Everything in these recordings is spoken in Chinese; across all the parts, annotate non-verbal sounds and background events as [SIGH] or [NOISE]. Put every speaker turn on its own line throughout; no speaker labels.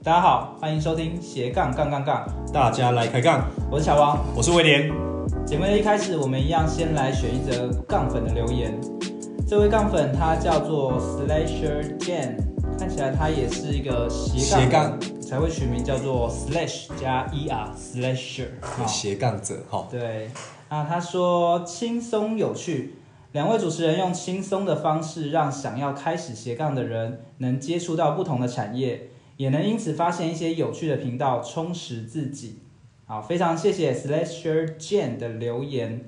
大家好，欢迎收听斜杠杠杠杠，
大家来开杠，
我是小王。
我是威廉。
节目的一开始，我们一样先来选一则杠粉的留言。这位杠粉他叫做 Slasher Jan，看起来他也是一个斜杠
斜杠
才会取名叫做 Slash 加 er Slasher。好
斜杠者哈，
对，啊，他说轻松有趣，两位主持人用轻松的方式，让想要开始斜杠的人能接触到不同的产业，也能因此发现一些有趣的频道，充实自己。好，非常谢谢 Slasher Jane 的留言。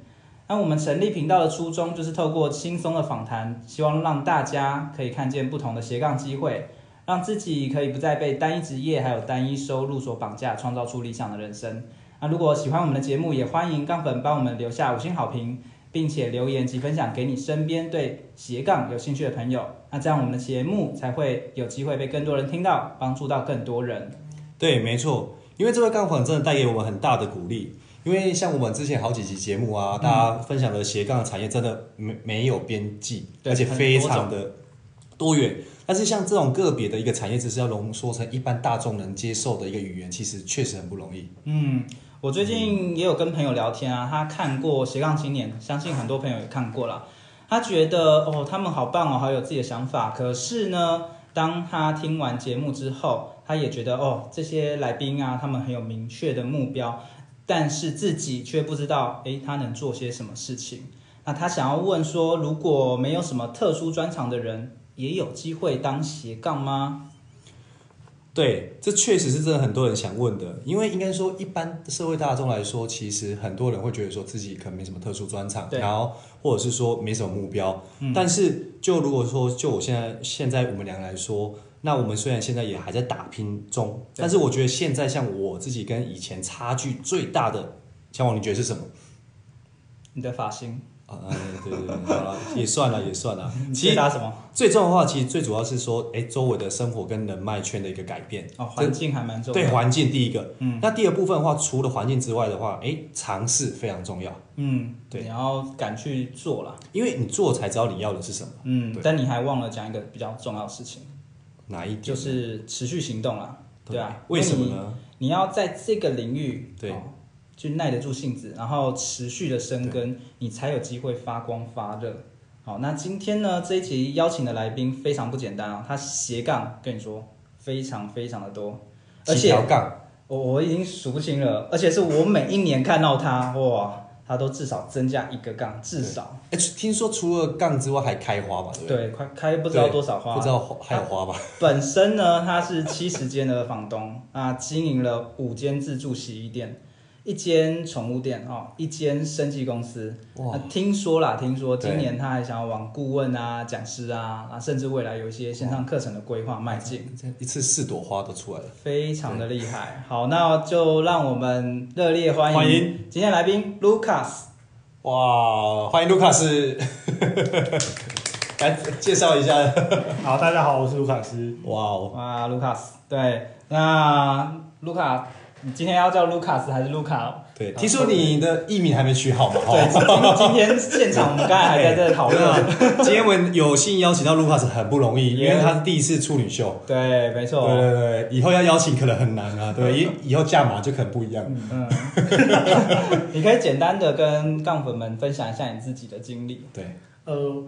那我们成立频道的初衷就是透过轻松的访谈，希望让大家可以看见不同的斜杠机会，让自己可以不再被单一职业还有单一收入所绑架，创造出理想的人生。那如果喜欢我们的节目，也欢迎杠粉帮我们留下五星好评，并且留言及分享给你身边对斜杠有兴趣的朋友。那这样我们的节目才会有机会被更多人听到，帮助到更多人。
对，没错，因为这位杠粉真的带给我们很大的鼓励。因为像我们之前好几集节目啊，大家分享的斜杠的产业真的没没有边际，
对
而且非常的多元。但是像这种个别的一个产业知识，要浓缩成一般大众能接受的一个语言，其实确实很不容易。
嗯，我最近也有跟朋友聊天啊，他看过《斜杠青年》，相信很多朋友也看过啦。他觉得哦，他们好棒哦，好有自己的想法。可是呢，当他听完节目之后，他也觉得哦，这些来宾啊，他们很有明确的目标，但是自己却不知道，诶，他能做些什么事情。那他想要问说，如果没有什么特殊专长的人，也有机会当斜杠吗？
对，这确实是真的很多人想问的，因为应该说一般社会大众来说，其实很多人会觉得说自己可能没什么特殊专长，
对嗯
然后或者是说没什么目标。但是就如果说就我现在现在我们两个来说，那我们虽然现在也还在打拼中，
对
但是我觉得现在像我自己跟以前差距最大的，小王你觉得
[LAUGHS]
是什么？
你的发型，
啊，对对对，好了，也算了也算了。
你
其
回
实
答什么？
最重要的话，其实最主要是说，哎，周围的生活跟人脉圈的一个改变。
哦，环境还蛮重要
对
的。
环境第一个，嗯，那第二部分的话，除了环境之外的话，哎，尝试非常重要，
嗯，
对
你要敢去做啦。
因为你做才知道你要的是什么，
嗯
对，
但你还忘了讲一个比较重要的事情，
哪一点
就是持续行动啦。对啊，
为什么
因你？
呢？
你要在这个领域
对
哦去耐得住性子，然后持续的生根，你才有机会发光发热。好，那今天呢这一集邀请的来宾非常不简单啊，他斜杠跟你说非常非常的多，而
几
且
条杠，
我我已经数不清了，而且是我每一年看到他哇，他都至少增加一个杠，至少
哎，听说除了杠之外还开花吧，对不对？
对，快开不知道
对
多少花，
不知道花还有花吧？
本身呢，他是七十间的房东，啊，经营了五间自助洗衣店，一间宠物店，哦，一间生计公司。
哇
啊，听说啦，听说
对
今年他还想要往顾问啊、讲师啊，啊，甚至未来有一些线上课程的规划迈进，
这样一次四朵花都出来了，
非常的厉害。好，那就让我们热烈欢迎
欢迎
今天来宾 Lucas。
哇！欢迎卢卡斯， [LAUGHS] 来介绍一下，
好，大家好，我是卢卡斯。
哇哦，
哇，Lucas，对，那 Lucas，你今天要叫 Lucas 还是啊 Lucas？
对，听说你的艺名还没取好嘛？哦
对，
哈。
今今天现场我们刚才还在这讨论。
今天我们有幸邀请到卢卡斯很不容易，因为他是第一次处女秀，
对，没错。
对对对，以后要邀请可能很难啊，对，以以后价码就可能不一样。
嗯，你可以简单的跟杠粉们分享一下你自己的经历。
对，
呃，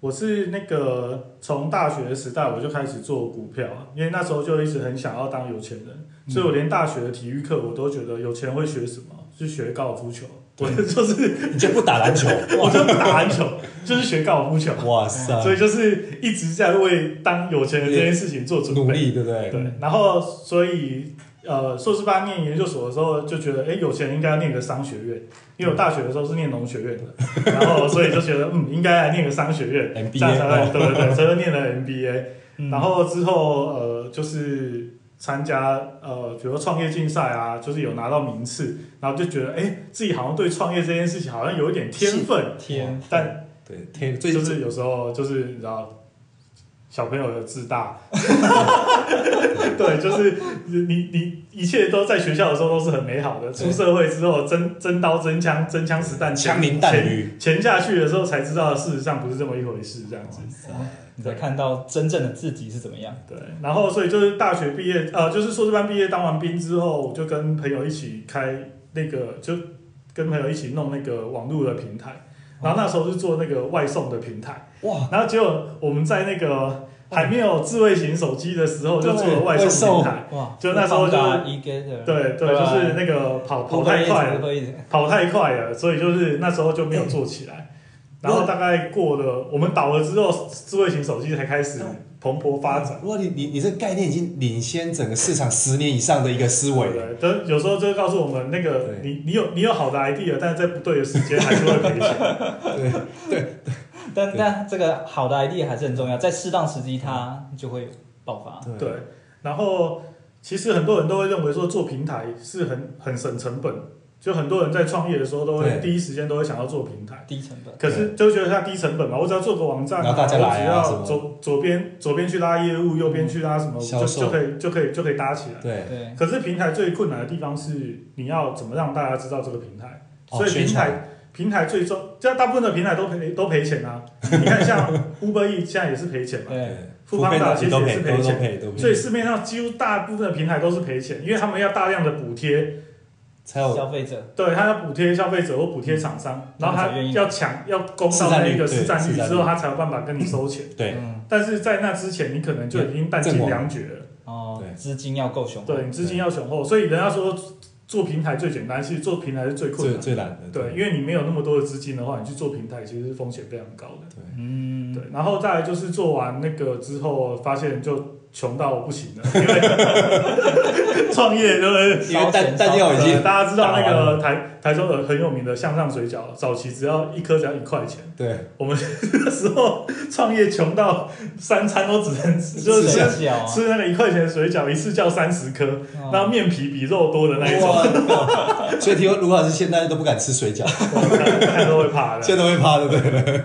我是那个从大学时代我就开始做股票，啊因为那时候就一直很想要当有钱人，所以我连大学的体育课我都觉得有钱会学什么，啊就学高尔夫球，我 [LAUGHS] 就是
你就不打篮球？
我就不打篮球，就是学高尔
[LAUGHS]
夫球，
哇塞，
所以就是一直在为当有钱人这件事情做准备。
努力对不对？
对，然后所以呃，硕士班念研究所的时候就觉得，哎，有钱人应该要念个商学院，因为我大学的时候是念农学院的，然后所以就觉得，嗯，应该来念个商学院，这
MBA
样才会对对对，所以就念了 MBA。
嗯
然后之后呃就是参加呃比如说创业竞赛啊，就是有拿到名次，然后就觉得哎、自己好像对创业这件事情好像有一点天分，
天，
但
对，天最
就是有时候就是你知道。小朋友的自
[LAUGHS]
大，对，就是你你一切都在学校的时候都是很美好的，出社会之后真真刀真枪真枪实弹
枪林弹雨，
潜下去的时候才知道，事实上不是这么一回事，这样子。
哦
你才看到真正的自己是怎么样。
对，然后所以就是大学毕业，呃，就是硕士班毕业当完兵之后，我就跟朋友一起开那个，就跟朋友一起弄那个网络的平台，然后那时候是做那个外送的平台，
哇，
然后结果我们在那个还没有智慧型手机的时候就做了外送平台，
哇，
就那时候就
一 g a t e r
对对，
对啊
就是那个跑跑太快了，
会一直
跑太快了，所以就是那时候就没有做起来。然后大概过了，我们倒了之后，智慧型手机才开始蓬勃发展。
如果你你你这个概念已经领先整个市场十年以上的一个思维了，
对，但有时候就告诉我们，那个
对
你你有你有好的 idea，但是在不对的时间还是会赔钱。
但但这个好的 idea 还是很重要，在适当时机它就会爆发。
对，然后其实很多人都会认为说做平台是很很省成本，就很多人在创业的时候都会
对
第一时间都会想要做平台，
低成本，
可是就觉得它低成本嘛，我只要做个网站，
然后大家来啊
我只
什
要
么嗯
左左边左边去拉业务，右边去拉什么，
销
就
售
就可以就可以就可以搭起来。
对，
对，
可是平台最困难的地方是你要怎么让大家知道这个平台，
哦
所以
宣
平
传
台平台最终，这大部分的平台都赔都赔钱啊。你看
[LAUGHS]
像 Uber E 现在也是赔钱嘛，
对，
富邦大其实
都
也
赔
是
都
赔
都
钱，
赔都
所以
赔，
市面上几乎大部分的平台都是赔钱，因为他们要大量的补贴，
才有
消费者
对，他要补贴消费者或补贴厂商，然后
他们才
他
愿意
要抢要攻
市
到
占率
那个
对
市占率
市占率
之后，他才有办法跟你收钱。
对
嗯
但是在那之前，你可能就已经弹
阵
尽
亡
粮绝了。
哦
对，
资金要够雄厚
对，你资金要雄厚，所以人家说做平台最简单，其实做平台是最困
最
难的。
最难的，
对，因为你没有那么多的资金的话，你去做平台其实是风险非常高的。
嗯，
对，然后再来就是做完那个之后，发现就穷到不行了，因为创业就是。
因为
烧
弹
钱
弹药已
呃
经
大家知道那
打完
个台台中有很有名的向上水饺，早期只要一颗只要一块钱，
对
我们那时候创业穷到三餐都只能吃，就
是
是吃
这样
吃啊，
吃那个一块钱的水饺，一次叫三十颗，
哦
那面皮比肉多的那一种，
哇，所以听说卢老师现在都不敢吃水
[LAUGHS]
饺，
看看都会怕
现 [LAUGHS]
的。
在都会怕，对不
嗯
对？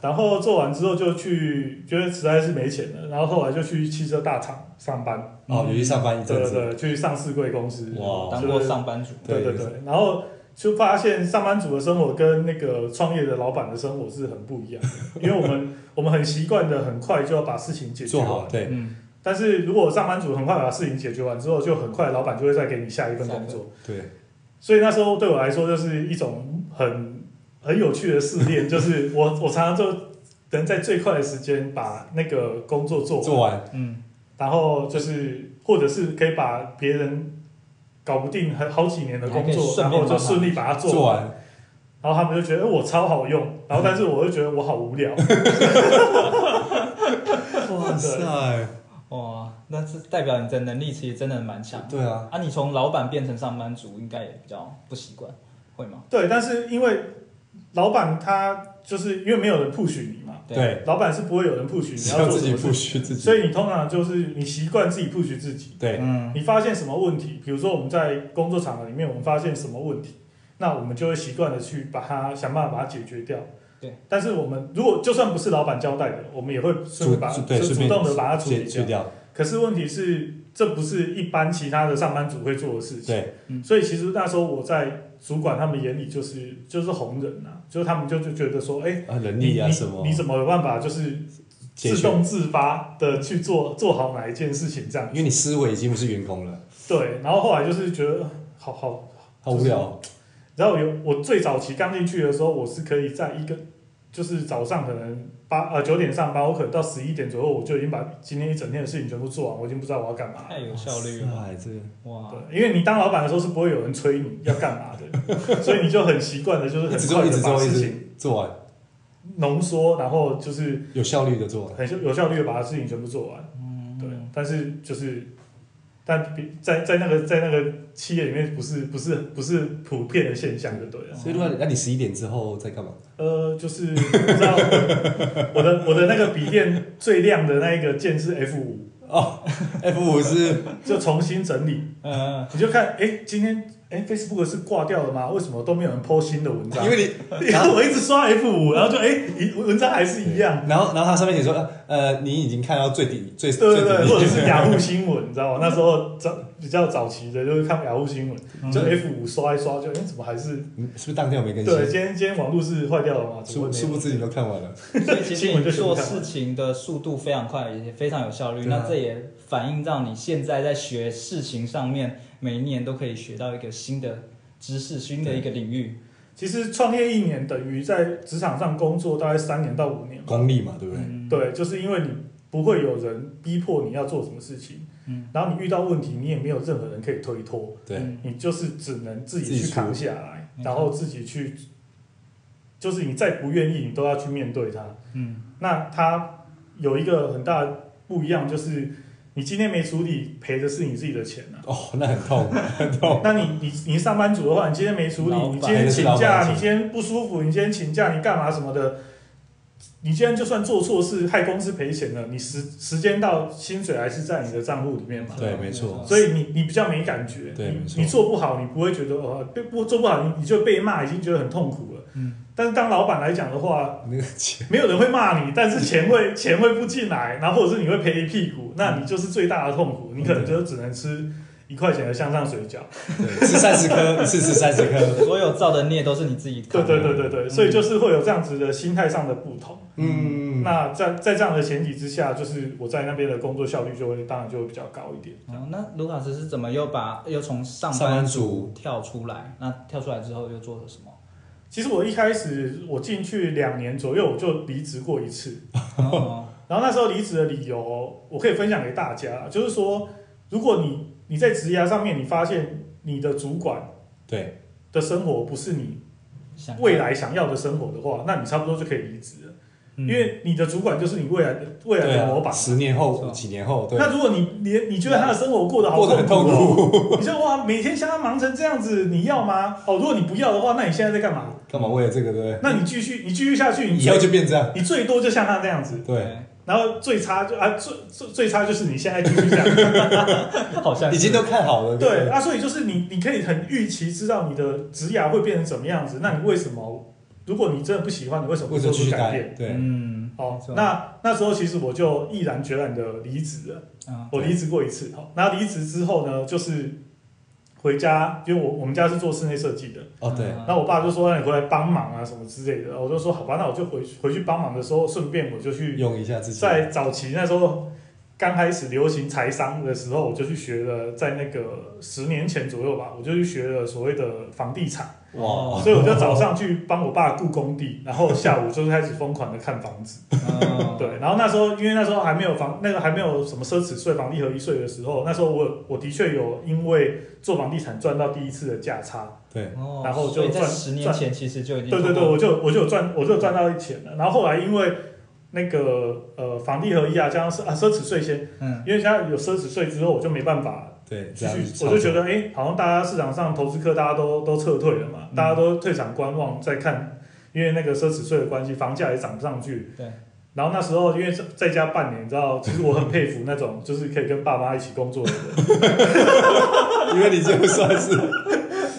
然后做完之后就去，觉得实在是没钱了，然后后来就去汽车大厂上班，
哦，有去上班一
对
阵
对
子，
对，去上市贵公司，
哇
当
就
过
是
上班族，
对对
对
对，然后就发现上班族的生活跟那个创业的老板的生活是很不一样的，因为我们我们很习惯的很快就要把事情解决
做好
完，
对，
嗯，
但是如果上班族很快把事情解决完之后，就很快老板就会再给你下一份工作，
对，
所以那时候对我来说就是一种很很有趣的试炼，就是我我常常就能在最快的时间把那个工作做完，
做完
嗯，
然后就是或者是可以把别人搞不定很好几年的工
你还可以
作，
顺
然
便
后
把它
就顺利把它做
做
完，
完，
然后他们就觉得哎我超好
[LAUGHS]
用，然后但是我又觉得我好无聊，
哇塞，
哇，那是代表你的能力其实真的蛮强。
对啊，
啊，你从老板变成上班族，应该也比较不习惯，会吗？
对，但是因为老板他就是因为没有人 push 你嘛，
啊
对，
老板是不会有人 push
只
你要
有
做
自
什
己
么
不
事情，
虚自己，
所以你通常就是你习惯自己 push 自己。
对，
嗯，
你发现什么问题？比如说我们在工作场合里面，我们发现什么问题，那我们就会习惯的去把它想办法把它解决掉。
对，
但是我们如果就算不是老板交代的，我们也会顺便把
主
就
对顺
主
便
动的把它处理
去去
掉。
掉，
可是问题是，这不是一般其他的上班族会做的事情。
对，
嗯
所以其实那时候我在主管他们眼里就是就是红人啊，就是他们就就觉得说，哎、
啊，能
你
力啊
你
什么，
你怎么有办法就是
解
自
决？
动自发的去做 [LAUGHS] 做好哪一件事情这样
因？为你思维已经不是员工了，
对，然后后来就是觉得呃好好
好无聊，
然后有我最早期刚进去的时候，我是可以在一个就是早上可能八呃九点上班，我可能到十一点左右我就已经把今天一整天的事情全部做完，我已经不知道我要干嘛了。
太有效率了，
哇塞，这个
哇，
对，因为你当老板的时候是不会有人催你要干嘛
[LAUGHS]
的，所以你就很习惯的，就是
一直
很
做
快
一直
的把
做一
事
直
情
做完，
浓缩，然后就是
有效率的做完，嗯
很有效率的把事情全部做完。对，但是就是但比在在那个在那个企业里面不是不是不是普遍的现象，就对了。
所以如果你那你十一点之后在干嘛？
呃，就是你知道我
[LAUGHS]
的我的那个笔电最亮的那一个键是 F 五， [LAUGHS]
哦，F 五是
就重新整理，
嗯，
你就看，哎、今天哎、f a c e b o o k 是挂掉了吗？为什么都没有人 po 新的文章？
因为你
[LAUGHS]
[LAUGHS]
因为我一直刷 F 五，然后就哎、一文章还是一样。
然后，然后它上面写说，呃，你已经看到最底最
对对对，或
最
者
底
是雅虎新闻，你知道吗？那时候早比较早期的，就是看雅虎新闻，就 F 五刷一刷就，哎怎么还是
嗯 [LAUGHS] 是不是当天我没更
对？
新？
今天今天网络是坏掉了吗？怎
殊
么会没有
殊不知你都看完了，
所以其实
新闻
你
就全
做
部看完
事情的速度非常快，也非常有效率。
对啊
那这也反映到你现在在学事情上面，每一年都可以学到一个新的知识、新的一个领域。
其实创业一年等于在职场上工作大概三年到五年吧。
功力嘛，对不对？
嗯，
对，就是因为你不会有人逼迫你要做什么事情，
嗯
然后你遇到问题，你也没有任何人可以推脱，
对，
嗯
你就是只能自
自己
己去
出
扛下来
没，错
然后自己去，就是你再不愿意，你都要去面对它。
嗯，
那它有一个很大的不一样，就是你今天没处理，赔的是你自己的钱啊。
哦，那很痛，很痛。
那你你你上班族的话，你今天没处理，
老板
你今天请
还是老板
假，
请
你今天不舒服，你今天请假，你干嘛什么的？你今天就算做错事，害公司赔钱了，你时时间到，薪水还是在你的账户里面嘛。
对没错
嗯
所以你你比较没感觉，
对没
你
错
你做不好，你不会觉得哦，被不做不好，你你就被骂，已经觉得很痛苦了。
嗯，
但是当老板来讲的话，
那个 [LAUGHS] 钱，
没有人会骂你，但是钱会 [LAUGHS] 钱会不进来，然后或者是你会赔一屁股，
嗯
那你就是最大的痛苦，你可能就只能吃一块钱的香肠水饺。
嗯对，吃三十颗，一次吃三十颗。
所有造的孽都是你自己扛
对
的。
对对对对，所以就是会有这样子的心态上的不同。
嗯，
那在在这样的前提之下，就是我在那边的工作效率就会当然就会比较高一点。
哦，那卢卡斯是怎么又把又从上
上班
班
族
跳出来？那跳出来之后又做了什
[LAUGHS]
么？
其实我一开始我进去两年左右，我就离职过一次。
哦，
然后那时候离职的理由，我可以分享给大家，就是说，如果你你在职涯上面，你发现你的主管
对，
的生活不是你
想
未来想要的生活的话，那你差不多就可以离职了，
嗯
因为你的主管就是你未来的未来
对
的
啊
模板。
十年后、
没错
几年后，对，
那如果你连你觉得他的生活过得好
过得很痛
苦哦，
苦。 [LAUGHS]
你知道哇，每天像他忙成这样子，你要吗？哦，如果你不要的话，那你现在在干嘛？
干嘛为了这个，对不
那你继续，你继续下去，
对？
你
以后就变这样，
你最多就像他这样子，
对，，
然后最差就啊最最最差就是你现在继续这样，
好像是
已经都看好了，
对，啊，所以就是你你可以很预期知道你的职涯会变成什么样子，那你为什么？如果你真的不喜欢，你为什么不
为什
啊
么
做
继
出
续待
改变？？
对，
嗯，
哦
没错，
那那时候其实我就毅然决然的离职了。
啊，
我离职过一次，好，那离职之后呢，就是回家，因为我我们家是做室内设计的，
哦对，
嗯
那我爸就说让你回来帮忙啊什么之类的，我就说好吧，那我就回回去帮忙的时候，顺便我就去
用一下自己，
在早期那时候刚开始流行财商的时候，我就去学了，在那个十年前左右吧，我就去学了所谓的房地产，
哇，
所以我就早上去帮我爸雇工地，然后下午就开始疯狂的看房子。
哦，
对，然后那时候因为那时候还没有房，那个还没有什么奢侈税、房地合一税的时候，那时候我我的确有因为做房地产赚到第一次的价差，
对，
哦
然后就
所以在
赚
十年
赚
前其实就已经
对对
做
对，
过
我就我就有赚我就有赚到钱了。然后后来因为那个呃房地合一啊，加上奢啊奢侈税先。
嗯
因为现在有奢侈税之后，我就没办法
对，这
继
样
续，我就觉得哎、诶好像大家市场上投资客大家都都撤退了嘛，
嗯
大家都退场观望，在看，因为那个奢侈税的关系，房价也涨不上去。
对。
然后那时候因为在在家半年，你知道，其实我很佩服那种就是可以跟爸妈一起工作
[LAUGHS]
的人，
因为你就算是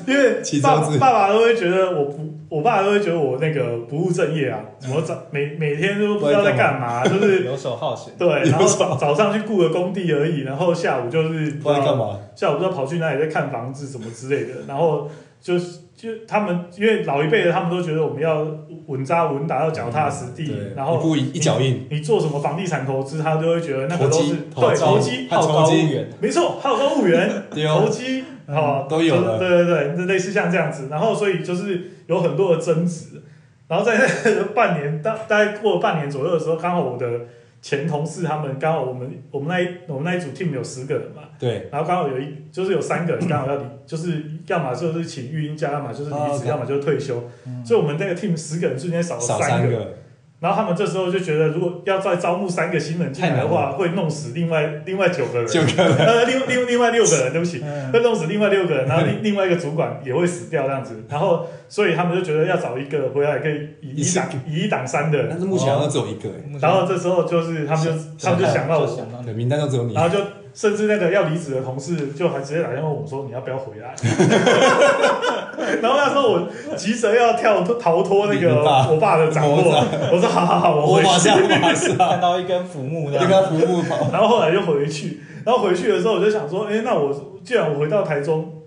因为
起
爸
招子
爸爸都会觉得我不，我爸都会觉得我那个不务正业啊，怎么
[LAUGHS]
早每每天都不知道在干嘛，就是
游手好闲，
对，然后早早上去雇个工地而已，然后下午就是
不知道在干嘛，
下午不知道跑去哪里在看房子什么之类的，然后就是就他们因为老一辈的他们都觉得我们要稳扎稳打，要脚踏实地，
嗯对
然
一
后
步一一脚印，
你做什么房地产投资，他都会觉得那个都是
投
对
机
投机，
他
好
投
高骛
机
远，
没错，还有公务员
[LAUGHS] 对
投
哦，
机哦，
都有
就是
了
对对对，那类似像这样子，然后所以就是有很多的争执，然后在 [LAUGHS] 那个半年大大概过了半年左右的时候，刚好我的前同事他们刚好我们我们那一我们那一组 team 有十个人嘛。
对，
然后刚好有一就是有三个人刚好要离，就是要么就是请育婴假，要么就是离
哦
职，
，OK
要么就是退休。
嗯
所以我们那个 team 十个人瞬间少了
少
三
三
个，
个，
然后他们这时候就觉得，如果要再招募三个新人进来的
太
话，会弄死另外另外九个人，
九个
呃，另另另外六个人，对不起，
嗯
会弄死另外六个人，然后另另外一个主管也会死掉这样子，然后所以他们就觉得要找一个回来可以以
一
一
次
挡以一挡三的，
但是目前好像只有一个哎，
然后这时候就是他们就他们就想到我，
想到
对，
你，
名单都只有你
然。后就甚至那个要离职的同事就还直接打电话问我说你要不要回来， [LAUGHS] 然后那时候我急着要跳脱逃脱那
你
个
爸
我爸的掌握，
我爸
我说好好好，
[LAUGHS]
我
我
回去
马。上马上，
[LAUGHS]
看到一根浮木
就
啊
的
跟，他服务跑，
然后后来就回去，然后回去的时候我就想说，哎、那我既然我回到台中，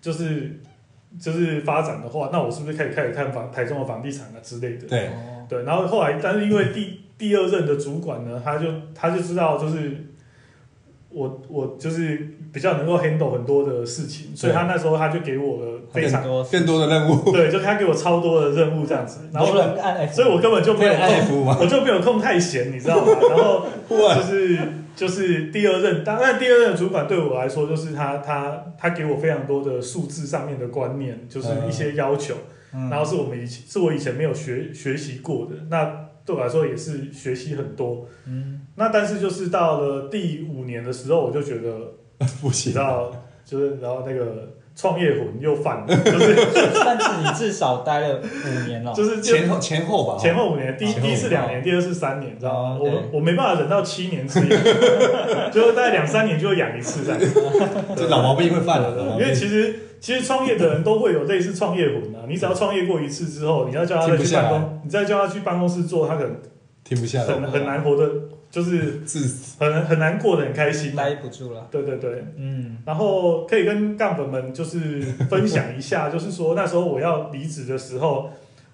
就是就是发展的话，那我是不是可以开始看房台中的房地产啊之类的？
对，
哦
对，然后后来，但是因为第第二任的主管呢，他就他就知道就是。我我就是比较能够 handle 很多的事情，所以他那时候他就给我了非常
很多
更多的任
[LAUGHS]
务，
对，就他给我超多的任务这样子，然后
多人按 F，
所以我根本就没
可以
有
安
空
排服务吗？
[LAUGHS]
[LAUGHS]
我就没有空太闲，你知
[LAUGHS]
道吗？然后就是就是第二任，当然第二任的主管对我来说，就是他他他给我非常多的数字上面的观念，就是一些要求，
嗯
然后是我们以前是我以前没有学学习过的，那对我来说也是学习很多。
嗯，
那但是就是到了第五年的时候，我就觉得
不
你
行
知，道，就是然后那个创业魂又犯了，
[LAUGHS]
就是，
[LAUGHS] 但是你至少待了五年了
就是就
前后前后吧，
前后五年，第
哦前后
第一是
五
两年，第二是三年，你知道吗
哦？对
我我没办法忍到七年吃一次， [LAUGHS] 就是大概两三年就会养一次这样子。
哦这老毛病会犯了，老毛
因
病
为其实其实创业的人都会有类似创业魂啊，你只要创业过一次之后，你要叫他再
停不
去
下
办
来
公，你再叫他去办公室做，他可能
停不下来，
很很难活得，就是
自
很很难过得很开心。啊
待不住了，
对对对，
嗯，
然后可以跟杠粉们就是分享一下，就是说那时候我要离职的时候，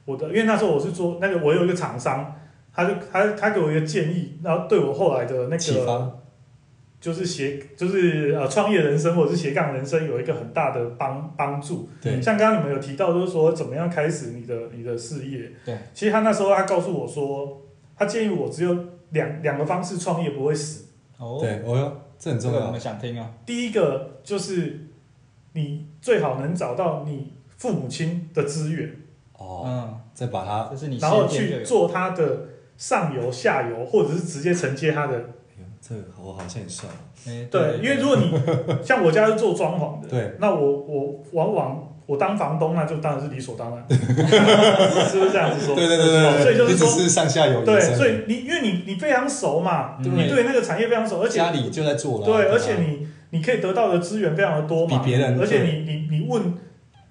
我的因为那时候我是做那个我有一个厂商，他就他他给我一个建议，然后对我后来的那
启
个哦
发，
就是斜就是呃创业人生或者是斜杠人生有一个很大的帮帮助。
对，
像刚刚你们有提到，就是说怎么样开始你的你的事业。
对，
其实他那时候他告诉我说，他建议我只有两两个方式创业不会死，
哦，
对，哦哟，这很
这
重
个我
要，
们想听啊，
第一个就是你最好能找到你父母亲的资源，
哦，
嗯，
再把它
这是你
然后
先见就
去
有，
做他的上游、下游，或者是直接承接他的。
哎呦这个我好像也算了，
哎
对，因为如果你 [LAUGHS] 像我家是做装潢的，
对，
那我我往往我当房东，那就当然是理所当然，是不是这样子说？
对对对对
所以
对，
就是
你只
说，
是上下游
对
延，伸
所以你因为你你非常熟嘛，
对
你对那个产业非常熟，而且
家里就在做了，啊
对，
吧
而且你你可以得到的资源非常的多嘛，
比别人
而且你你你问，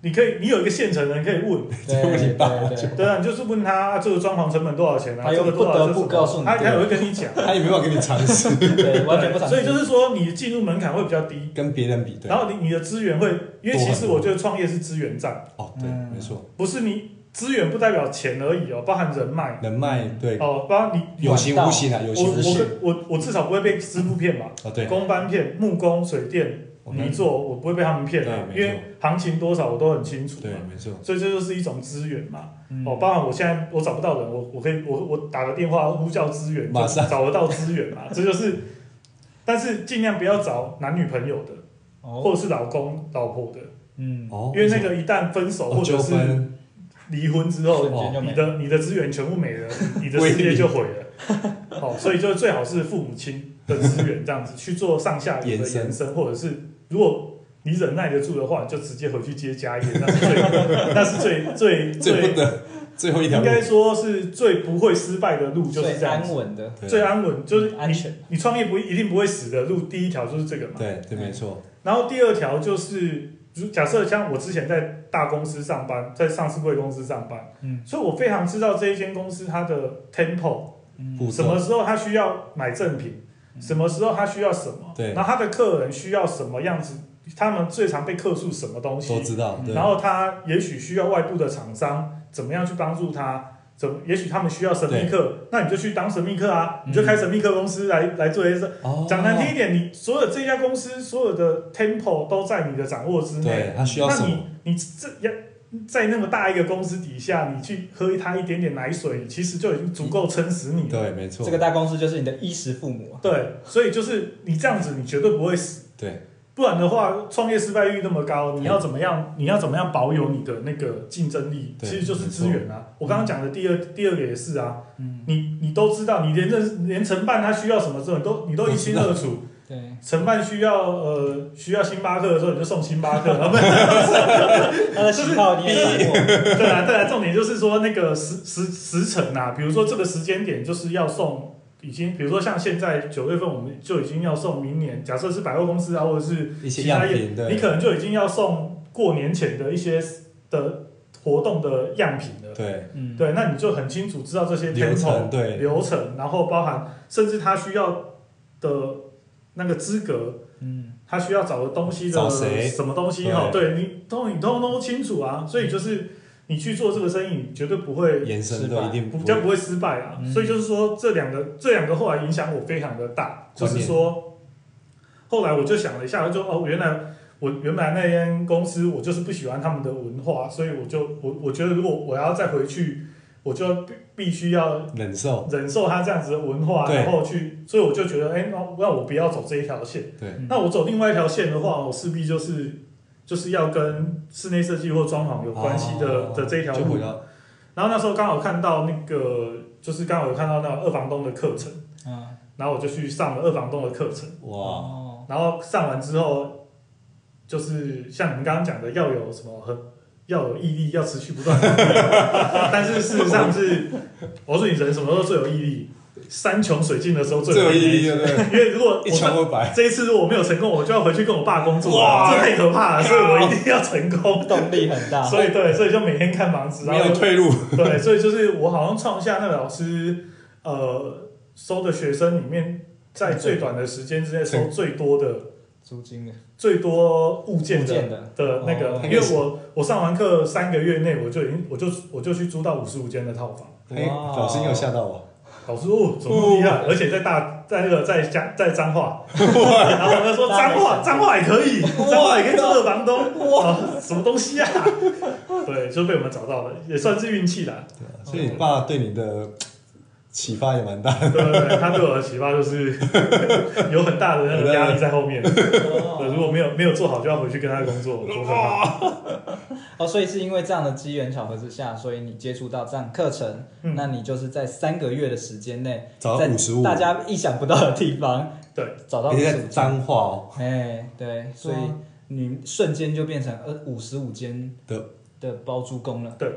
你可以你有一个现成人可以问，
对
这个
对
你爸
对对，
对啊，你就是问他、啊这个装潢成本多少钱啊，
他又
这个多少
不得
这
不
什么
告诉你
他他
对
也会跟你讲，
他也没办法给你尝试，
[LAUGHS]
对， [LAUGHS] 完全不想
所以就是是说你进入门槛会比较低，
跟别人比，对
然，后你你的资源会，因为其实我觉得创业是资源战，
哦，对，
嗯
没错，
不是你资源不代表钱而已哦，包含人脉
人脉对，
哦，包含你
有形无形啊，有
我
形无形，
我我我至少不会被师傅骗吧，
哦，对，哦嗯
工班骗、木工、水电、
我
泥
们
做，我不会被他们骗的，
对没
因
错
为行情多少我都很清楚
对，
嘛。
没错，
所以这就是一种资源嘛。
嗯
哦，包含我现在我找不到人，我我可以我我打个电话呼叫资源，
马上
就找得到资源嘛。 [LAUGHS] 这就是，但是尽量不要找男女朋友的，
哦，
或者是老公老婆的，
嗯，
哦，
因为那个一旦分手
哦
或
纠
者是
纷，
离婚之后
瞬间就，没
你的你的资源全部没
[LAUGHS]
了，你的事业就毁了。 [LAUGHS] 哦，所以就最好是父母亲的资源这样子去做上下游的
延伸 [LAUGHS]
延伸，或者是如果你忍耐得住的话，你就直接回去接家业，那是最 [LAUGHS] 那是最最
最不得最后一条路，
应该说是最不会失败的路就是
最
这样
安
子，
稳的，
对
最安稳就是
安
你
全，
你创业不一定不会死的路，第一条就是这个嘛。
对对，没错，
然后第二条就是，如假设像我之前在大公司上班，在上市贵公司上班，
嗯，
所以我非常知道这一间公司它的 tempo，
步
嗯什么
骤，
时候它需要买正品，
嗯
什么时候它需要什么，
对
然后它的客人需要什么样子，他们最常被客诉什么东西，嗯
都知道，对
然，后他也许需要外部的厂商怎么样去帮助他，怎么也许他们需要神秘客，那你就去当神秘客啊，
嗯
你就开神秘客公司来来做一些。
哦
讲难听一点，你所有这家公司所有的 tempo 都在你的掌握之内，
对，他需要
哎那
什
你
么？
你这要。在那么大一个公司底下，你去喝他一点点奶水，其实就已经足够撑死你了。
对，没错，
这个大公司就是你的衣食父母啊，
对，所以就是你这样子，你绝对不会死。
对，
不然的话，创业失败率那么高，你要怎么样？你要怎么样保有你的那个竞争力？
对
其实就是资源啊。我刚刚讲的第二第二个也是啊，
嗯，
你你都知道，你连认连承办他需要什么之后，你都你都一清二楚。
对，
承办需要呃需要星巴克的时候，你就送星巴克，然后不
[LAUGHS] 他的喜好你也掌握，
[LAUGHS] 对啊，对啊，重点就是说那个时时时辰啊，比如说这个时间点就是要送，已经比如说像现在九月份，我们就已经要送明年，假设是百货公司啊，或者是
一些
其他
样
业
品，对，
你可能就已经要送过年前的一些的活动的样品了。
对
嗯，
对，那你就很清楚知道这些
流
tempo
程，对
流程，然后包含甚至他需要的那个资格，
嗯，
他需要找的东西
找
的
谁
什么东西哈，对你通你通通都清楚啊，所以就是你去做这个生意，你绝对不会
延伸
失
的
败
一定
比
不
较不会失败啊。
嗯
所以就是说这两个这两个后来影响我非常的大，就
观
是
念
说后来我就想了一下，我就哦原来。我原来那间公司，我就是不喜欢他们的文化，所以我就我我觉得如果我要再回去，我就必必须要
忍受，
忍受他这样子的文化，
对
然后去，所以我就觉得，哎、那那我不要走这一条线。
对
嗯
那我走另外一条线的话，我势必就是就是要跟室内设计或装潢有关系的、
哦
的这一条
就
路
回。到
然后那时候刚好看到那个，就是刚好有看到那个二房东的课程，
啊，
然后我就去上了二房东的课程。
哇，
哦，
然后上完之后，就是像你们刚刚讲的，要有什么很要有毅力，要持续不断 [LAUGHS] 地努力。但是事实上是，我说你人什么时候最有毅力？山穷水尽的时候最
最有意义，
力。
对不对？
因为如
[LAUGHS]
果
一
我
穷
上
二
[LAUGHS]
白，
这一次如果我没有成功，我就要回去跟我爸工作了，
哇
这太可怕了，所以我一定要成功。
动力很大，
所以对，所以就每天看房子，
没
然后
有退路，
[LAUGHS] 对，所以就是我好像创下那个老师呃收的学生里面，在最短的时间之内收最多的
[LAUGHS] 租金的
最多物件
物
的
件的，
的那个，
哦
因为我我上完课三个月内，我就已经我就我就去租到五十五间的套房。
[LAUGHS] 哎，
哇
老师你有吓到我，
老师哦，怎么那么厉害？而且在大在那个在江在彰 [LAUGHS] 化，然后他说
大家
彰
没
化
想到
彰化也可以，彰化也可以做二房东，哇，什么东西啊？ [LAUGHS] 对，就被我们找到了，也算是运气啦。
对啊所以你爸对你的启发也蛮大，
[LAUGHS] 对对对，他对我的启发就是 [LAUGHS] 有很大的那个压力在后面。对，
哦
如果没有没有做好，就要回去跟他工作，多可怕！
哦，所以是因为这样的机缘巧合之下，所以你接触到这样课程，
嗯
那你就是在三个月的时间内，
找到
在
五十五，
大家意想不到的地方，
对，
找到五
你
十
在
五间，
脏话哦
哎，对，所以
对啊
你瞬间就变成呃五十五间
的
的包租公了，
对，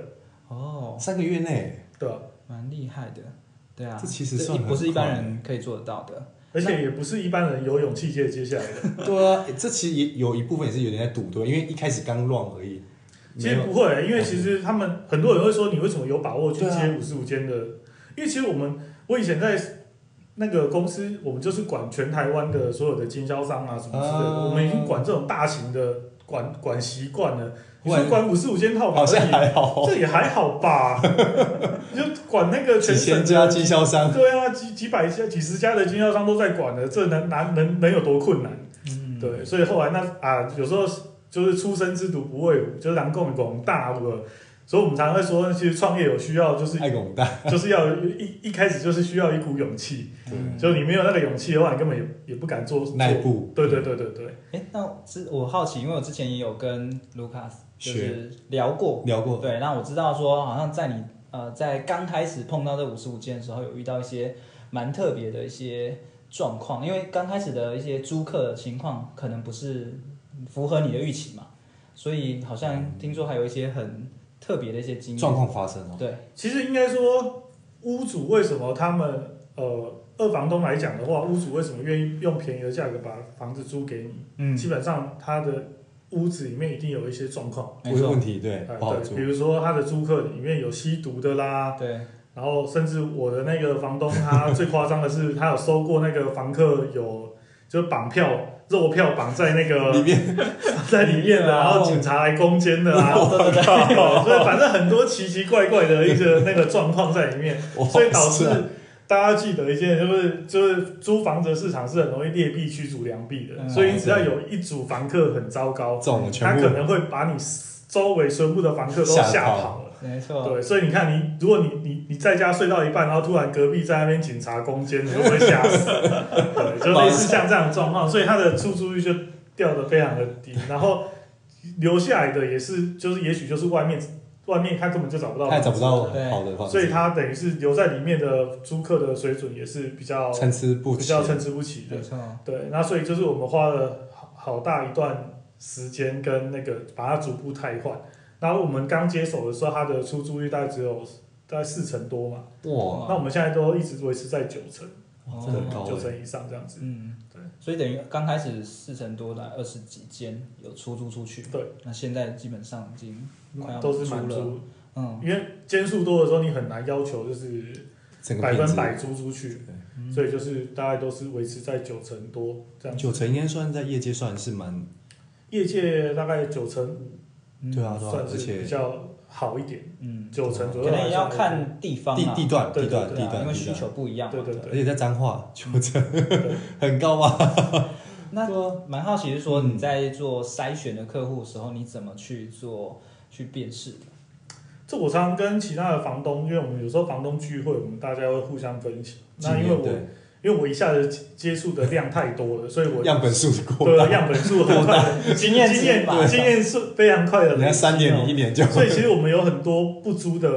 哦，
三个月内， [LAUGHS]
对啊，
蛮厉害的，对啊，
这其实
一
算很
不是一般
快
人可以做得到的，
而且也不是一般人有勇气接接下来的。
对啊，诶这其实也有一部分也是有点在赌对，因为一开始刚乱而已，
其
没
实
有
不会、因为其实他们很多人会说，你为什么有把握去
对
接
啊
五十五间的？因为其实我们我以前在那个公司，我们就是管全台湾的所有的经销商啊什么之类的，
啊
我们已经管这种大型的管管习惯了。你
哇
说管五十五间套房
好像
而已，啊
还好哦，
这也还好
[LAUGHS]
吧？你就管那个全
几千
省的
家经销商，
对啊，几几百家、几十家的经销商都在管了，这能难能能有多困难？
嗯，
对，所以后来那啊，有时候就是出生之犊不畏虎，就是狼共拱大了。所以我们常常会说，其实创业有需要，就是
爱拱大，
[LAUGHS] 就是要有一一开始就是需要一股勇气，
嗯
就是你没有那个勇气的话，你根本也也不敢做。
耐
做
步，
对对对对对，
哎、那之我好奇，因为我之前也有跟卢卡斯就
学
是聊过，
聊过，
对，那我知道说好像在你呃在刚开始碰到这五十五件的时候，有遇到一些蛮特别的一些状况，因为刚开始的一些租客的情况可能不是符合你的预期嘛，所以好像听说还有一些很特别的一些经
状
验，
况发生哦，
对，
其实应该说，屋主为什么他们呃二房东来讲的话，屋主为什么愿意用便宜的价格把房子租给你？
嗯，
基本上他的屋子里面一定有一些状况，
没
我有
错
问，题，对，
呃
不好
对，
做
比，如说他的租客里面有吸毒的啦，
[LAUGHS]
对，啊
然后甚至我的那个房东，他最夸张的是，他有收过那个房客有就是绑票、肉票绑在那
里
个
面
在里面的，然后警察来攻坚的
[LAUGHS]
啊，
[LAUGHS]
对所以反正很多奇奇怪怪的一个那个状况在里面，
哇
[LAUGHS] 所以导
是
致
啊
大家记得一件，就是就是租房子的市场是很容易劣币驱逐良币的，
嗯
所以只要有一组房客很糟糕，
中了
他
全
可
部
能会把你周围全部的房客都吓
吓
跑
跑
了。
没错，
对，所以你看你，如果你你你在家睡到一半，然后突然隔壁在那边警察攻坚，你就会吓死。对，就类似像这样的状况，所以它的出租率就掉的非常的低，然后留下来的也是就是也许就是外面外面他根本就找不到
他也
房
找
子，
不到
对
好的房子，
所以他等于是留在里面的租客的水准也是比较
参差不
比
齐。
较参差不齐的
没。错，
对，那所以就是我们花了好好大一段时间跟那个把它逐步汰换。然后我们刚接手的时候，它的出租率大概只有大概四成多嘛，
哇，
那我们现在都一直维持在九成，
哦
哇真的很高
九
哎、
成以上这样子。
嗯，
对，
所以等于刚开始四成多的二十几间有出租出去，
对，
那现在基本上已经快要
都是满
满了，
租，
嗯，
因为间数多的时候，你很难要求就是
整个
百
品
分
质
百租出去，所以就是大概都是维持在九成多这样。
九成应该算在业界算是蛮
业界大概九成五，
嗯
对啊对啊，
算
而
是比
且
较好一点，
嗯，
九成左右。
可能也要。看地方
地
啊，
地段
对
地段地
对
对啊因
段
为
地
需
段，
求不一样嘛，
对对
而且在彰化九
嗯
成 [LAUGHS] 很高吗？
那
对啊
蛮好奇，是说
嗯
你在做筛选的客户的时候，你怎么去做去辨识？
这我常常跟其他的房东，因为我们有时候房东聚会，我们大家会互相分享。那因为我
对
因为我一下子接触的量太多了，所以我
样本数过
对
大，
样本
[LAUGHS]
数很快，
[LAUGHS]
经验经
值嘛
验经验是非常快的
人
累积
家
哦。
三年你一年就
所以其实我们有很多不租的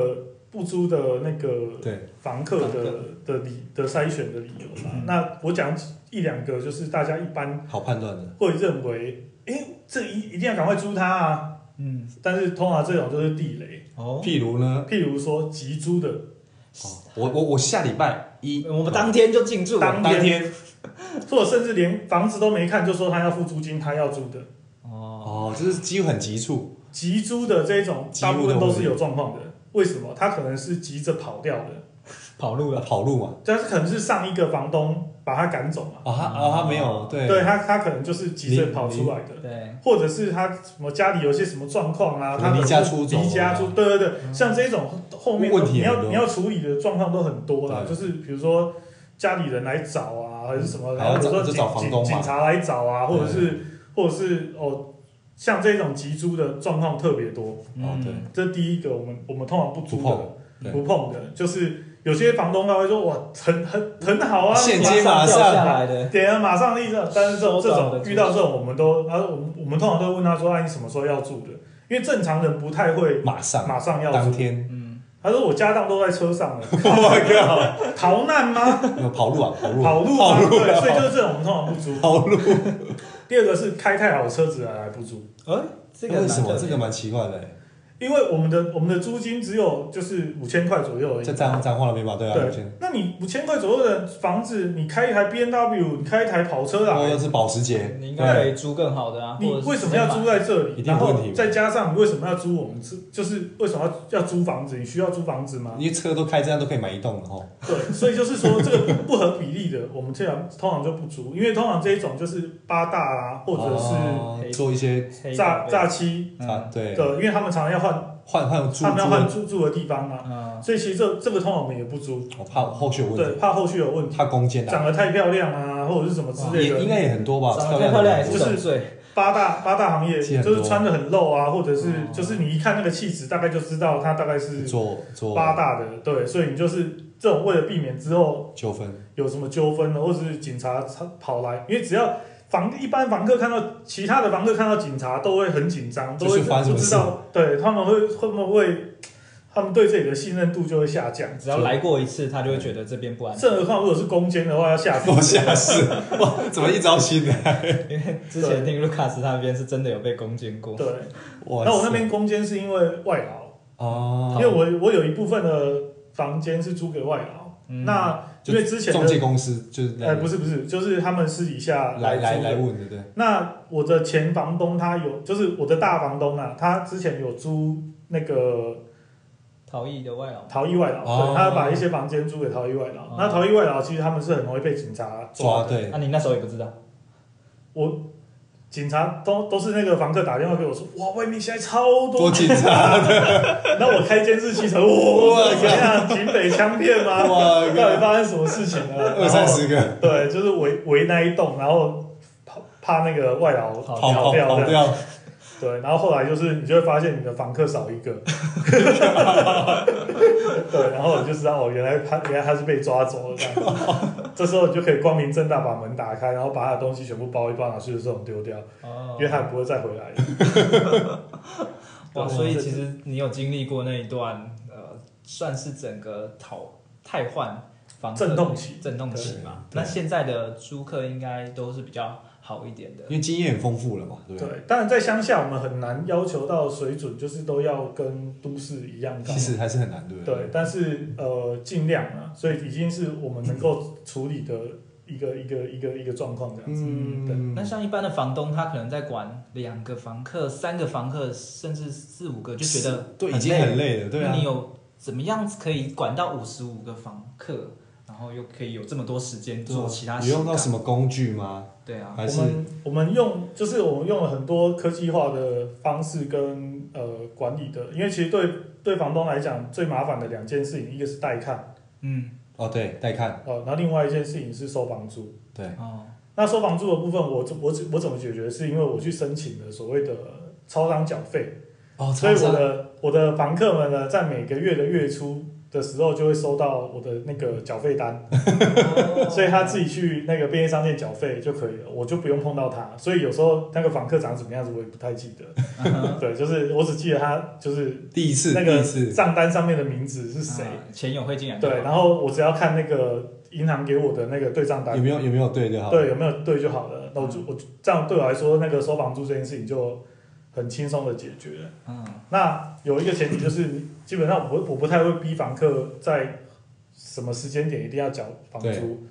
不租的那个
[LAUGHS] 对
房客
房
的
客
的理的筛选的理由啦。
嗯
那我讲一两个，就是大家一般
好判断的，
会认为，哎，这一一定要赶快租它啊。
嗯，
但是通常这种就是地雷，
哦，
譬如呢，
譬如说急租的
哦我我我下礼拜一
我们当天就进驻了，
当
当
天，或者甚至连房子都没看就说他要付租金，他要租的，
哦，
哦，就是几乎很急
[LAUGHS]
促，
急租的这种
急
大部
入的
分都
问
是
题
有状况的。为什么？他可能是急着跑掉的，
跑路了，
跑路嘛，
但是可能是上一个房东把他赶走嘛。
啊他啊他没
哦
有对
对他，他可能就是急着跑出来的，
对，
或者是他什么家里有些什么状况啊，
可
他
能
可能
离家出走嗯
离家出，对对对，像这种后面
问
都
题
你
很
要
多
你要处理的状况都很多啦，
对
就是比如说家里人来找啊，还是什么，
嗯还
然后
要
比
找
如说
就
警
找房
警
东嘛嗯
警察来找啊，
对
或者是或者是哦，像这种急租的状况特别多，
哦对
嗯
这第一个我们我们通常不租
不碰对
的，不碰的，就是有些房东他会说哇，很很很好啊，
现金
马
马
掉
上
下来的，
点了马上立正，但是这种
收
这
到的
种遇到这种，我们都，他说我们我们通常都会问他说，啊，你什么时候要住的？因为正常人不太会
马上
马上要
当
住。
天
嗯，
他说我家当都在车上了， [LAUGHS] 逃难吗？
没有跑路啊跑路
跑路
跑
吗？
路
对，所以
啊
就是这种我们通常不租。
跑路，啊
第二个是开太好的车子来来不租，
哎，这个
为什
蛮特
么
别
这个蛮奇怪的欸？
因为我们的我们的租金只有就是五千块左右而已
在。彰彰化那边吧，对啊，目前
对，那你五千块左右的房子，你开一台 B N W，你开一台跑车啊
然后
来，
又是保时捷，
你应该可以租更好的啊，
你
或者是
为什么要
直接
租
买？
在这
一
里？
定有
然
问题
后再加上你为什么要租我们是就是为什么要要租房子？你需要租房子吗？ [LAUGHS]
因为车都开这样都可以买一栋了吼，
对，所以就是说这个不不合比例的，我们这样通常就不租，因为通常这一种就是八大啊，或者是
哦做一些
黑
诈
宝贝
诈欺
嗯
啊，对，
的，因为他们常常要换，
换换住
他们要换
住，
住住的地方啊，
嗯，
所以其实这这个通常我们也不租，
我怕后续有问
对，怕后续有问题，
题，怕攻坚啊，
长得太漂亮啊，或者是什么之类
也应
的。
该也很多吧，
长得太漂亮也是
就是
种罪，
八大八大行业
其实很
就是
多
穿的很露啊，或者是
哦
就是你一看那个气质，大概就知道他大概是
做做
八大的，对，所以你就是这种为了避免之后
纠纷，
有什么纠纷呢，或者是警察跑来，因为只要房一般房客看到其他的房客看到警察都会很紧张，都
就
会
是发生什
不
么
知
事
道，对他们会他们会他们对自己的信任度就会下降，
只要来过一次，他就会觉得这边不安全。
更何况如果是攻坚的话要下手
我下哦是哇，怎么一招新的？
因为 [LAUGHS] 之前听 Lucas 他那边是真的有被攻坚过，
对，
哇塞，
那我那边攻坚是因为外劳，因
哦，
为我我有一部分的房间是租给外劳，
嗯
那因为之前
中介
的
公司就是
呃不是不是，就是他们私底下
来来
租的
来问的，对，
那我的前房东他有，就是我的大房东啊，他之前有租那个
逃逸的外劳，
逃逸外劳，
哦
对，他把一些房间租给逃逸外劳。
哦
那逃逸外劳其实他们是很容易被警察
抓
的。
对
那、，啊你那时候也不知道，
我警察都都是那个房客打电话给我说，哇，外面现在超
多
[LAUGHS] 多，
紧张，
[LAUGHS] 那我开监视器才，
哇
哇，怎么样？警匪枪片吗？
哇
到底发生什么事情了？
二三十个
然后，对，就是围围那一栋，然后怕怕那个外劳
跑
跑跑
掉这样
跑掉，
对，然后后来就是你就会发现你的房客少一
[LAUGHS]
个，对，然后你就知道哦，原来他原来他是被抓走了这
[LAUGHS]
样子，这时候你就可以光明正大把门打开，然后把他的东西全部包一包拿去这种丢掉，
嗯
哦
因为他不会再回来了。
哇，
对
所以
这
其实你有经历过那一段，呃，算是整个讨汰换房客
震动期
震动期嘛。
对
那现在的租客应该都是比较好一点的
因。为经验很丰富了嘛，对不
对
对？，
当然在乡下我们很难要求到水准，就是都要跟都市一样高
其。实还是很难，对不
对，但是呃，尽量啊，所以已经是我们能够处理的一个一个一个一个状况这样子。
嗯，
那像一般的房东，他可能在管两个房客、三个房客，甚至四五个，就觉得
对
很
已经
累
很累了，对
那
啊
你，有怎么样可以管到五十五个房客，然后又可以有这么多时间做其他
你
事？
用到什？么工具吗？
对啊，
还
我
是
们我们用就是我们用了很多科技化的方式跟呃管理的，因为其实对对房东来讲最麻烦的两件事情，一个是带看，
嗯，
哦，对，带看，
呃，然后另外一件事情是收房租。
对， [LAUGHS]
哦，
那收房租的部分我怎我怎我怎么解决？是因为我去申请了所谓的超商缴费，
哦，
所以
超
我
商
的我的房客们呢，在每个月的月初的时候就会收到我的那个缴费
哦
单，
[LAUGHS]
所以他自己去那个便利商店缴费就可以了，我就不用碰到他。所以有时候那个房客长什么样子我也不太记得，
嗯
对，就是我只记得他就是
第一次，
那
第一
个
次，
账单上面的名字是谁，
啊钱友会进来就好
对，然后我只要看那个银行给我的那个对账单
有，没嗯有有没有对就好？
对，有没有对就好了。那我就我就这样对我来说，那个收房租这件事情就很轻松的解决了。
嗯，
那有一个前提就是，基本上我不我不太会逼房客在什么时间点一定要缴房
对
租。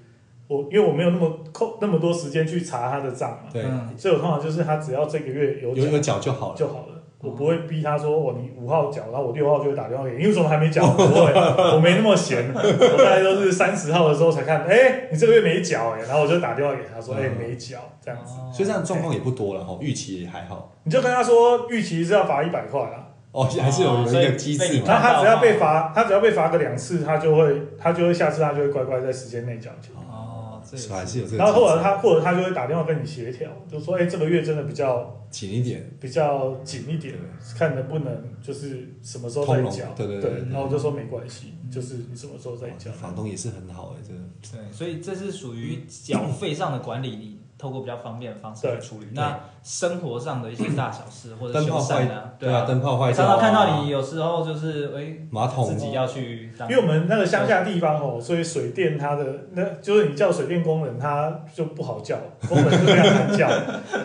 我因为我没有那么扣那么多时间去查他的账嘛，
对，
嗯
所以我通常就是他只要这个月有
有有
缴
脚就好了，
哦就好了。我不会逼他说哦，你五号缴，然后我六号就会打电话给你，你为什么还没缴？不会，我没那么闲， [LAUGHS] 我大概都是三十号的时候才看，哎、你这个月没缴哎、然后我就打电话给他说，哎、
嗯
没缴这样子，
所以这样状况也不
哦
多了哈，预期也还好，
你就跟他说预期是要罚一百块啦，
哦，还是有有一个机
所以所
制
以
那
嘛，
他只要被罚，他只要被罚个两次，他就会，他就会下次他就会乖乖在时间内缴钱。
哦，这也
是还是有这个机制，
然后或者他或者他就会打电话跟你协调，就说哎、这个月真的比较
紧一点，
比较紧一点，看能不能就是什么时候再
通融
缴。
对对对对嗯
然后我就说没关系，就是你什么时候再
哇
缴。
哦房东也是很好哎，真的，
对，所以这是属于缴费上的管理，你透过比较方便的方式去处理。那生活上的一些大小事或者
灯
修
泡
缮
坏
啊，，
啊，灯泡坏掉
常常
啊，
看到你有时候就是哎，
马
自
桶
己要去当，
因为我们那个乡下地方
嗯
哦，所以水电它的那就是你叫水电工人，他就不好
[LAUGHS]
叫，工人就非常难叫，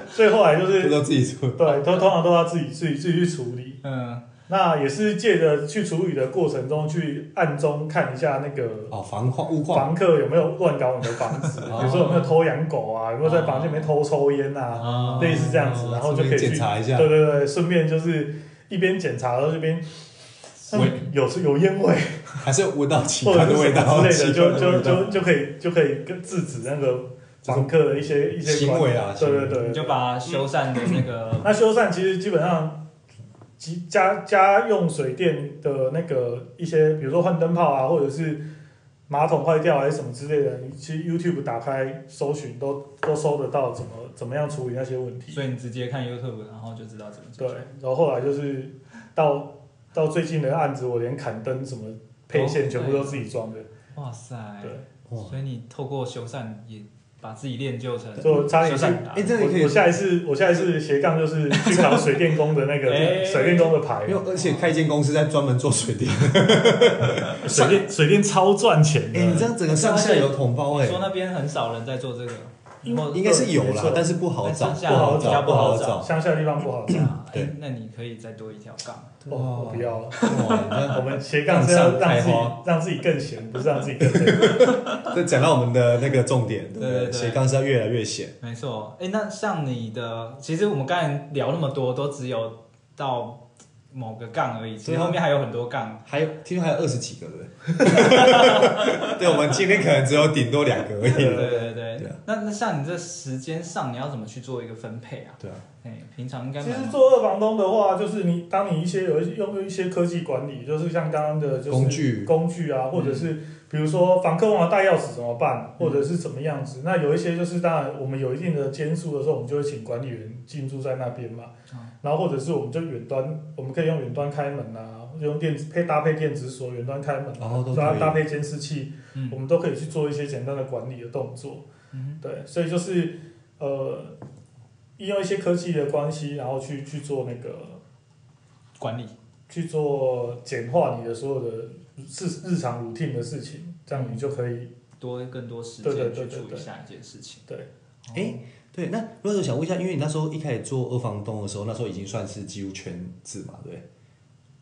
所以后来就是
不知道自己做，
对，都通常都要自己自己自己去处理。
嗯，
那也是借着去处理的过程中，去暗中看一下那个
哦，房况物况，
房客有没有乱搞你的房子，
[LAUGHS] 哦
比如说有没有偷养狗啊，有没有在房间里面偷抽烟啊，
哦
类似这样子，然后就可以
顺便
去
检查一下
对对对，顺便就是一边检查，然后这边
闻
嗯有有
[LAUGHS]
烟味
还是闻到奇
[LAUGHS] 或
怪
者
的
是
味
什
道
么之类的，
[LAUGHS] 奇
就
怪的
就
味道
就就可以就可以跟制止那个房客的一些一些
行为啊
观对对对，
你
对
就把修缮的那个
那修缮其实基本上，及家家用水电的那个一些，比如说换灯泡啊，或者是马桶坏掉啊还是什么之类的，你其实 YouTube 打开搜寻都都搜得到怎么怎么样处理那些问题。
所以你直接看 YouTube，然后就知道怎么
对
做。，
然后后来就是到到最近的案子，我连砍灯什么配线全部都自己装的，
哦
哇塞，
对，
哇
所以你透过修缮也把自己练就成
就差点
修缮达
哎，
人。
这里可
我
以
我下一次我下一次斜杠就是去考水电工的那
[LAUGHS] 哎
个水电工的牌
没，有，而且开一间公司在专门做水
[LAUGHS]
电，
水电水电超赚钱的。
哎，你这样整个上下游同胞哎
你，说那边很少人在做这个，
因
然后
应该是有
没
啦
错，哎
但是不好找，
但
不
是
好
比较
找，
不好
好
找
找。
乡下地方不好找。
哎对
哎那你可以再多一条杠。
我我不要了，
哇，你看
我们斜杠是要让
上菜
自己
花
让自己更闲，不是让自己
[LAUGHS]
更累。 [LAUGHS]
这讲到我们的那个重点，对不
对对
对？
对
斜杠是要越来越闲，
没错，哎，那像你的，其实我们刚才聊那么多，都只有到某个杠而已，其
对
实
啊
后面还有很多杠。
还有听说还有二十几个，对不对？
[LAUGHS]
对，我们今天可能只有顶多两个而
对
已。
对对
对啊，
那那像你这时间上，你要怎么去做一个分配啊？
对啊，
哎，平常应该
其
蛮
实做二房东的话，就是你当你一些有一用一些科技管理，就是像刚刚的，就是
工具
工具啊，或者是比如说访客忘了带钥匙怎么办，
嗯
或者是怎么样子。那有一些就是，当然我们有一定的间数的时候，我们就会请管理员进驻在那边嘛。
啊
然后或者是我们就远端，我们可以用远端开门啊，用电子配搭配电子锁远端开门啊，
然后都
搭
可以
搭配监视器，
嗯
我们都可以去做一些简单的管理的动作。
嗯
对，所以就是呃，应用一些科技的关系，然后去去做那个
管理。
去做简化你的所有的日日常 routine 的事情，这样你就可以
多更多时
对对
间
对
去
对
处理
对
下一件事情。
对
哎对，那如果想问一下，因为你那时候一开始做二房东的时候，那时候已经算是几乎全职嘛，对不对？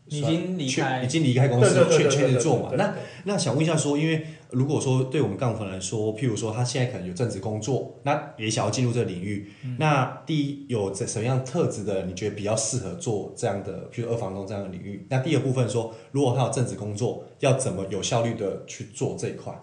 你已经离
算
开
已经离开公司
对对对
全
对
全
对
职
对
做嘛。
对对
那那想问一下说，因为如果说对我们杠粉来说，譬如说他现在可能有正职工作，那也想要进入这个领域，
嗯
那第一有怎什么样特质的，你觉得比较适合做这样的，譬如二房东这样的领域？那第二部分说，如果他有正职工作，要怎么有效率的去做这一块？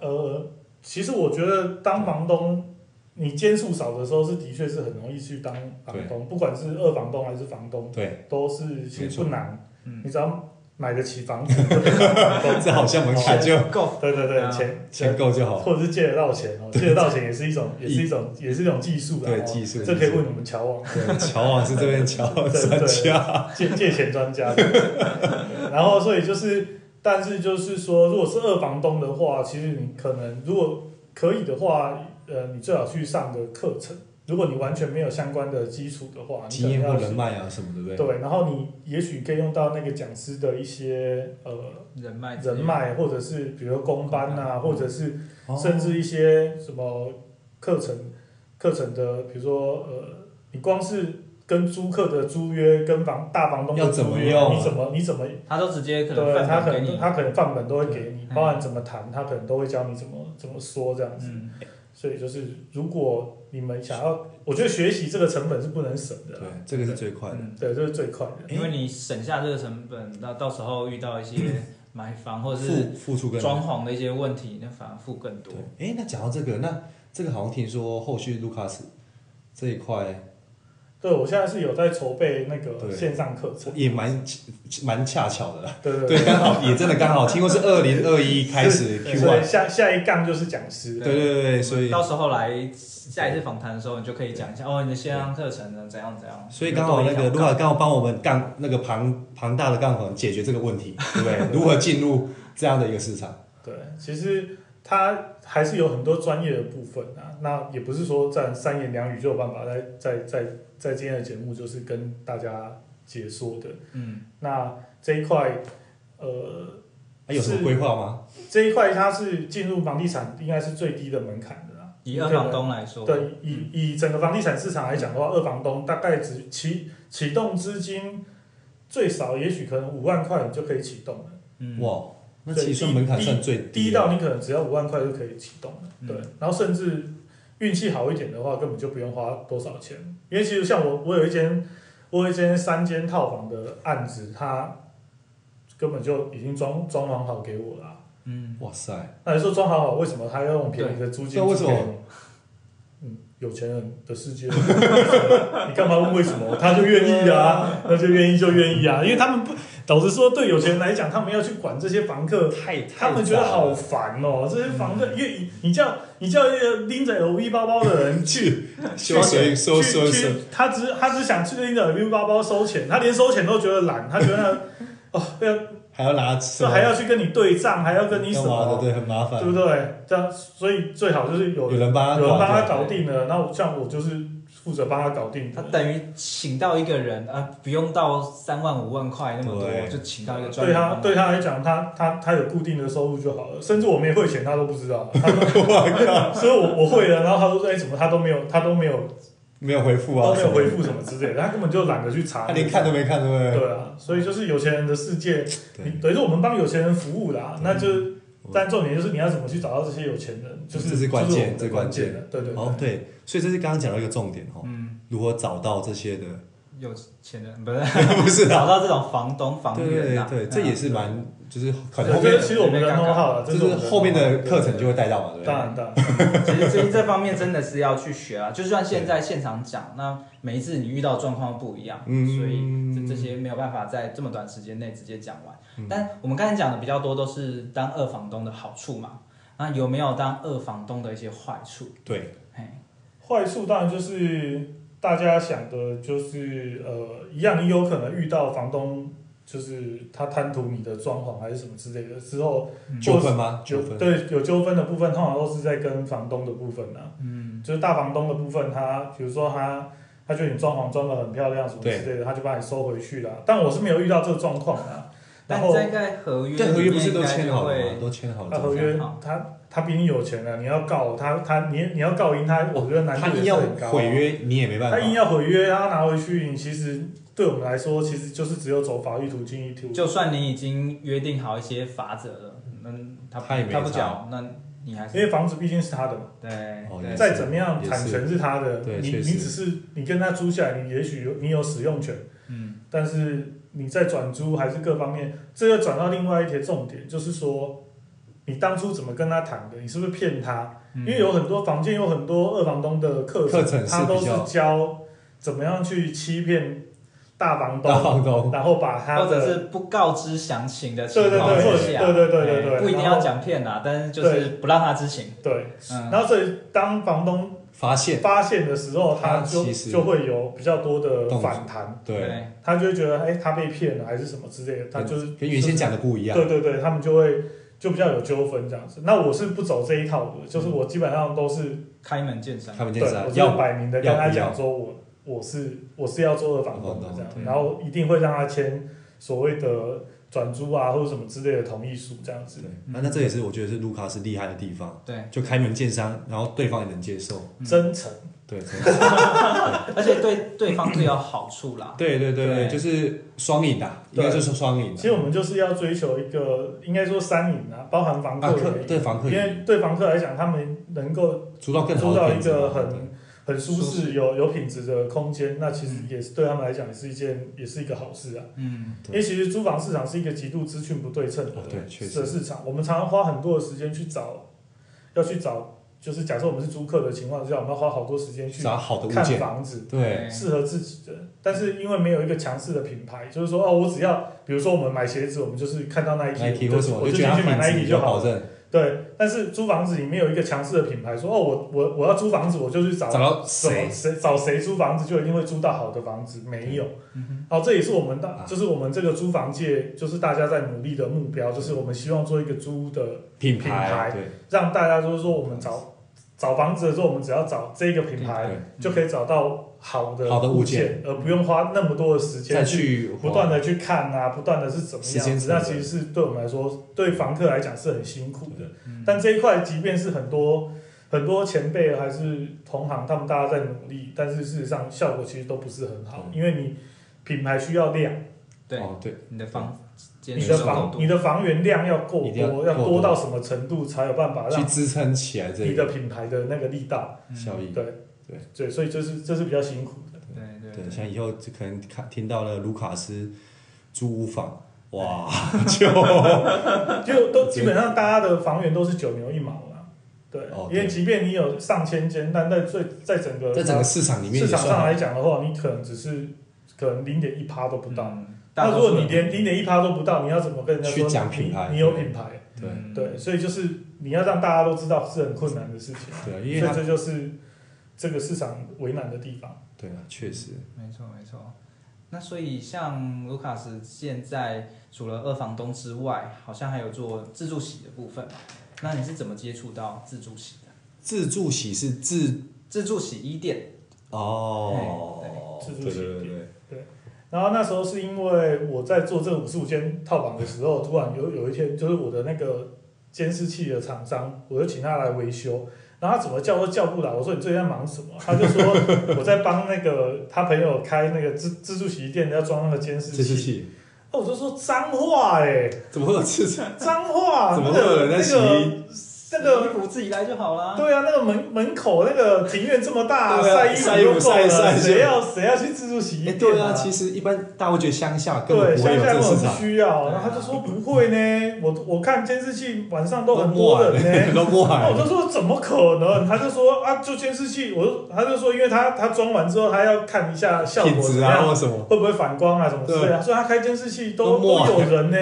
呃，其实我觉得当房东，你间数少的时候是的确是很容易去当房东，不管是二房东还是房东，
对，
都是其
没
实
错
不难
嗯，
你只要买得起房子，就可以当
[LAUGHS]
房东
这好像门槛 [LAUGHS] 就
够，
对对
啊
对，钱
钱够就好。
或者是借得到钱哦，借得到钱也是一种，也是一种，也是一种技术啦
对
哦
技术
这可以问你们乔王
对，乔王是这边乔
对
专
对
家，
借借钱专家。 [LAUGHS] 然后，所以就是，但是就是说，如果是二房东的话，其实你可能如果可以的话，呃，你最好去上个课程。如果你完全没有相关的基础的话，你可
经验
能
或
要
人
去
脉啊什么，对不对？
对，然后你也许可以用到那个讲师的一些呃
人脉之类
人
的，
脉，或者是比如说公班啊，或者是
哦
甚至一些什么课程课程的，比如说呃，你光是跟租客的租约、跟房大房东的
要怎么
租约，
用啊
你怎么你怎么
他都直接可能
对
分
他
发
可
给你
能。他可能范本都会给你
嗯，
包含怎么谈，他可能都会教你怎么怎么说这样子。
嗯，
所以就是如果你们想要，我觉得学习这个成本是不能省的
对
啦，，
这个是最快的。
嗯
对，这是最快的。
因为你省下这个成本，到到时候遇到一些买房或者是
付付出跟
装潢的一些问题，那反而付更多
对。，哎、那讲到这个，那这个好像听说后续卢卡斯这一块
对我现在是有在筹备那个
对
线上课程，
也蛮蛮恰巧的啦，
对对
对，刚好也真的刚好，听说是二零二一开始
对，所以
Q1，
下下一杠就是讲师
对，对对对，所以
到时候来下一次访谈的时候，你就可以讲一下哦，你的线上课程呢怎样怎样。
所以刚好那个
有
卢
多一条
卡刚好帮我们杠那个庞庞大的杠粉解决这个问题，对不对？如何进入这样的一个市场？
对，其实它还是有很多专业的部分啊。那也不是说在三言两语就有办法在在在在今天的节目就是跟大家解说的。
嗯，
那这一块，呃，
还有什么
是
规划吗？
这一块它是进入房地产应该是最低的门槛的啦。
以二房东来说，
对，以以整个房地产市场来讲的话，二房东大概只启启动资金最少，也许可能五万块你就可以启动了。
嗯，
哇，那
对
其实
低
门槛算
低
最
低
的
到你可能只要五万块就可以启动了，
嗯
对。然后甚至运气好一点的话，根本就不用花多少钱，因为其实像我，我有一间，我有一间三间套房的案子，它根本就已经装装潢好给我了啊、
嗯，
哇塞，
那你说装潢好，为什么他要用便宜的租金
对
租
为
给
什
你
么？
嗯，有钱人的世界， [LAUGHS] 你干嘛问为什么？他就愿意啊，那就愿意就愿意啊，因为他们不，导致说对有钱人来讲，他们要去管这些房客，
太
他们觉得好烦哦、这些房客，因为你你叫你叫一个拎着 LV 包包的人 [LAUGHS]
去修水收
去
收
去
收，
他只他只想去拎着 LV 包包收钱，他连收钱都觉得懒，他觉 [LAUGHS] 得哦要
还要拿什
这
么
还要去跟你对账，还要跟你什
干嘛
么
的，？对，很麻烦
对。不对？这样，所以最好就是有
有人帮他
有人帮他
搞
搞定了，那我像我就是负责帮他搞定
他
的。
等于请到一个人啊、不用到三万五万块那么多，
对
就请到一个专
对啊
业
他
帮忙
对他来讲，他他他有固定的收入就好了，甚至我没汇钱他都不
[LAUGHS]
知道。他说所以我我汇了，然后他说哎、怎么他都没有他都没有
没有回复啊，
都没有回，复什么之类的，他根本就懒得去查。
他连看都没看，对不对？
对啊，所以就是有钱人的世界，你
对，
等于说我们帮有钱人服务啦，那就
我
但重点就是你要怎么去找到这些有钱人，就是
这是关键
就是我们的
这关
关
键
键了，对对对
哦，对，所以这是刚刚讲到一个重点哦，
嗯
如何找到这些的，
有钱人不是 [LAUGHS]
不是啊，
找到这种房东房
对
源
对
啊，
对，这也是
嗯
蛮就是可能
对
后
这
面
是其实我们的 know how 了，这
就是
我
是
们
后面的
know-how，
课程就会带到嘛，对
对
不
当
对？
然当然。
其实这这方面真的是要去学
[LAUGHS]
啊，就算现在现场讲，那每一次你遇到状况不一样，
嗯
所以这这些没有办法在这么短时间内直接讲完。
嗯
但我们刚才讲的比较多都是当二房东的好处嘛，那有没有当二房东的一些坏处？
对，
嘿，
坏处当然就是大家想的，就是呃，一样你有可能遇到房东，就是他贪图你的装潢还是什么之类的，之后
纠纷吗？纠
有
纷，
对有纠纷的部分，通常都是在跟房东的部分啊，
嗯，
就是大房东的部分他，比如说他。他觉得你装潢装的很漂亮什么之
对
类的，他就把你收回去了。但我是没有遇到这个状况啊的。然
但
后
大概合约
但合约不是
里面
都
应该
签
就
好了
会
吗？都签好了
他
哦怎么
合
办，
约他他比你有钱啊了，你要告他他你你要告赢他，我觉得难
他
度也
硬
是
要
很高啊。
毁约，你也没办
他硬
法。
要毁约，他拿回去，你其实对我们来说，其实就是只有走法律途径一途。
就算你已经约定好一些法则了，那他
他也没
他不
差
讲，那你还
因
是
为房子毕竟是他的嘛，
对
哦
对
也是
再怎么样
也是
产权是他的，
对
你
确
你
实
只是你跟他租下来，你也许有你有使用权，
嗯，
但是你再转租还是各方面，这又转到另外一些重点，就是说你当初怎么跟他谈的，你是不是骗他？
嗯
因为有很多房间有很多二房东的课
课程是
他都
比
是
较
教怎么样去欺骗大房
大 [LAUGHS]
东，
房东，
然后把他的
或者是不告知详情的情
对对对，
况
或者
之
是
下，
对对对对
哎
对，
不一定
然
要
后
讲骗啦，但是就是不让他知情。
对。
嗯，
然后所以当房东
发现
发现的时候，
他
他就
其实
就会有比较多的
动作
反弹，
对，
他就会觉得哎、他被骗了还是什么之类的，他就是
跟原先讲的不一
就是
样。
对对对，他们就会就比较有纠纷这样子。那我是不走这一套的，
嗯
就是我基本上都是、
开门见山。
开门
对，
见山
我，
嗯
就
要
摆明的
要
跟
不
他
要哦
讲说我我是我是要做二房东的这样
嗯，
然后一定会让他签所谓的转租啊或者什么之类的同意书这样子
对。，那那这也是我觉得是卢卡斯厉害的地方，
对，
就开门见山，然后对方也能接受。
嗯
真诚，
对，真
[LAUGHS]
的是
而且对对方最有好处啦。
对对对
对
对，就是双赢的，应该就是双赢啊
其实
的。
我们就是要追求一个，应该说三赢啊，包含房
啊，
客
客
也赢，
对房客
因为
赢，
对房客来讲，他们能够
租到更好
租
的
到一
品质
个
嘛对
很很舒
舒
适、有有品质的空间，那其实
嗯
也是对他们来讲也是一件，也是一个好事啊。
嗯，
对
因为其实租房市场是一个极度资讯不对称的
哦对确实
的市场，我们常常花很多的时间去找，要去找，就是假设我们是租客的情况之下，我们要花好多时间去
找好的物
看
件，
房子，
对，
适合自己的，但是因为没有一个强势的品牌，就是说哦，我只要，比如说我们买鞋子，我们就是看到 Nike，
Nike
我
或
就
什么，
我
就
就
觉
进
得
去买
它品质
Nike 就
有保
好了。
证，
对，但是租房子里面有一个强势的品牌，说哦，我我我要租房子，我就去找
找到
什么
谁？
谁找谁租房子，就一定会租到好的房子，没有。
嗯
好，这也是我们
啊
的，就是我们这个租房界，就是大家在努力的目标，就是我们希望做一个租的，
品
品
牌
牌
对
让大家就是说我们找找房子的时候，我们只要找这个品牌，
对，
就可以找到好的
好的物
物
件
件，而不用花那么多的时
再
间去
去
不断的去看啊，不断的是怎么
时间
样
成
子，
本
那其实是对我们来说，对房客来讲是很辛苦的。
嗯
但这一块，即便是很多很多前辈还是同行，他们大家在努力，但是事实上效果其实都不是很
嗯
好，因为你品牌需要量，
对，
哦对，
你的房间
你的
受
房
众
你的房源量要够
一定要
多，
够
要
多
多到什么程度才有办法
去
让
支撑起来这
你的
个
品牌的那个力道？
效益。
对
对
对，所以这是这是比较辛苦的。
对对
对，
对，
像以后就可能看听到了卢卡斯租屋房，哇，就
就都基本上大家的房源都是九牛一毛啦。对
哦，
因为
对
即便你有上千间，但在最在整 [LAUGHS] 个
在整个市场里面也
市场上
算啊
来讲的话，你可能只是可能零点一趴都不到。
嗯大
那如
多数
果你
人
连零点一趴都不到，你要怎么跟人家
去
说
讲
你
品牌
你有
对
品牌，
对
嗯
对，所以就是你要让大家都知道是很困难的事情，
对，因为
所以
他
这就是这个市场为难的地方。
对啊，确实
没错没错。那所以像卢卡斯现在除了二房东之外，好像还有做自助洗的部分嘛？那你是怎么接触到自助洗的？
自助洗是自
自助洗衣店，
哦，
哎对
对
对自助洗
对对对，
然后那时候是因为我在做这五十五间套房的时候，突然有有一天，就是我的那个监视器的厂商，我就请他来维修。然后他怎么叫都叫不来，我说你最近在忙什么？他就说我在帮那个他朋友开那个自自助洗衣店，要装那个监视
[LAUGHS] 自助
器。哦
洗
那我就说脏话哎、
怎么会有自助？
脏话，
怎么
啊那
会有
个
人在
那
洗衣哎
个那个
衣服自己来就好啦。
对啊，那个门门口那个庭院这么大，
对啊
晒衣
晒
服
衣服
都够
晒一晒
了，谁要谁要去自助洗衣
哎，
店
对啊，其实一般大家会觉得乡下根
对，
本不会
乡
有
下
这
根
个市
本
场
不，需要，
对
然
啊
后他就说不会呢，我我看监视器晚上都
都
很多人
[LAUGHS]
呢、哦
都摸
[LAUGHS] 那
海
我
了，
就说怎么可能？他就说啊，就监视器，我就他就说，因为他他装完之后，他要看一下效果
品
怎
质
么
啊
样，
或什么，
会不会反光啊什么之类的。所以他开监视器
都
都
摸
都
啊
有人
[LAUGHS]
呢。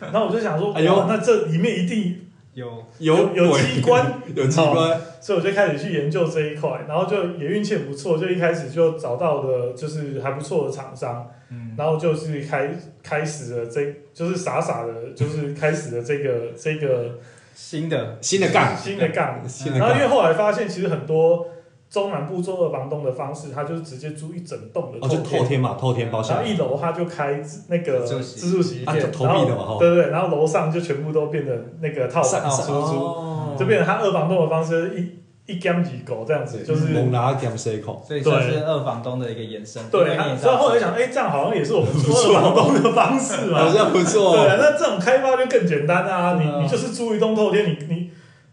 然后我就想说，
哎呦
哇那这里面一定，
有
有
有机
[LAUGHS]
关，哦
有机关，
所以我就开始去研究这一块，然后就也运气很不错，就一开始就找到了就是还不错的厂商，
嗯，
然后就是开开始了这就是傻傻的，就是开始了这个这个
新的
新的杠，
新的杠。
新的
然后因为
杠，
后来发现，其实很多中南部做二房东的方式，他就是直接租一整栋的
哦，就透
天，
天嘛，透天包下
然后
来，
一楼他就开自那个
自助洗
自助洗衣
啊，就
店，
投
然
币的
后
嘛，哈，
对对对，然后楼上就全部都变成那个套
上
房
上
啊出租，
哦
就变成他二房东的方式一一干几狗这样子，
对
就是。
猛拿 g a m s 口，
所以算是二房东的一个延伸。
对，
因为你也知
所以
道
后来想，哎、这样好像也是我们租二房东的方式嘛
[LAUGHS] 好。像不错
对啊
哦，，
那这种开发就更简单啊！
对啊
你你就是租一栋透天，你你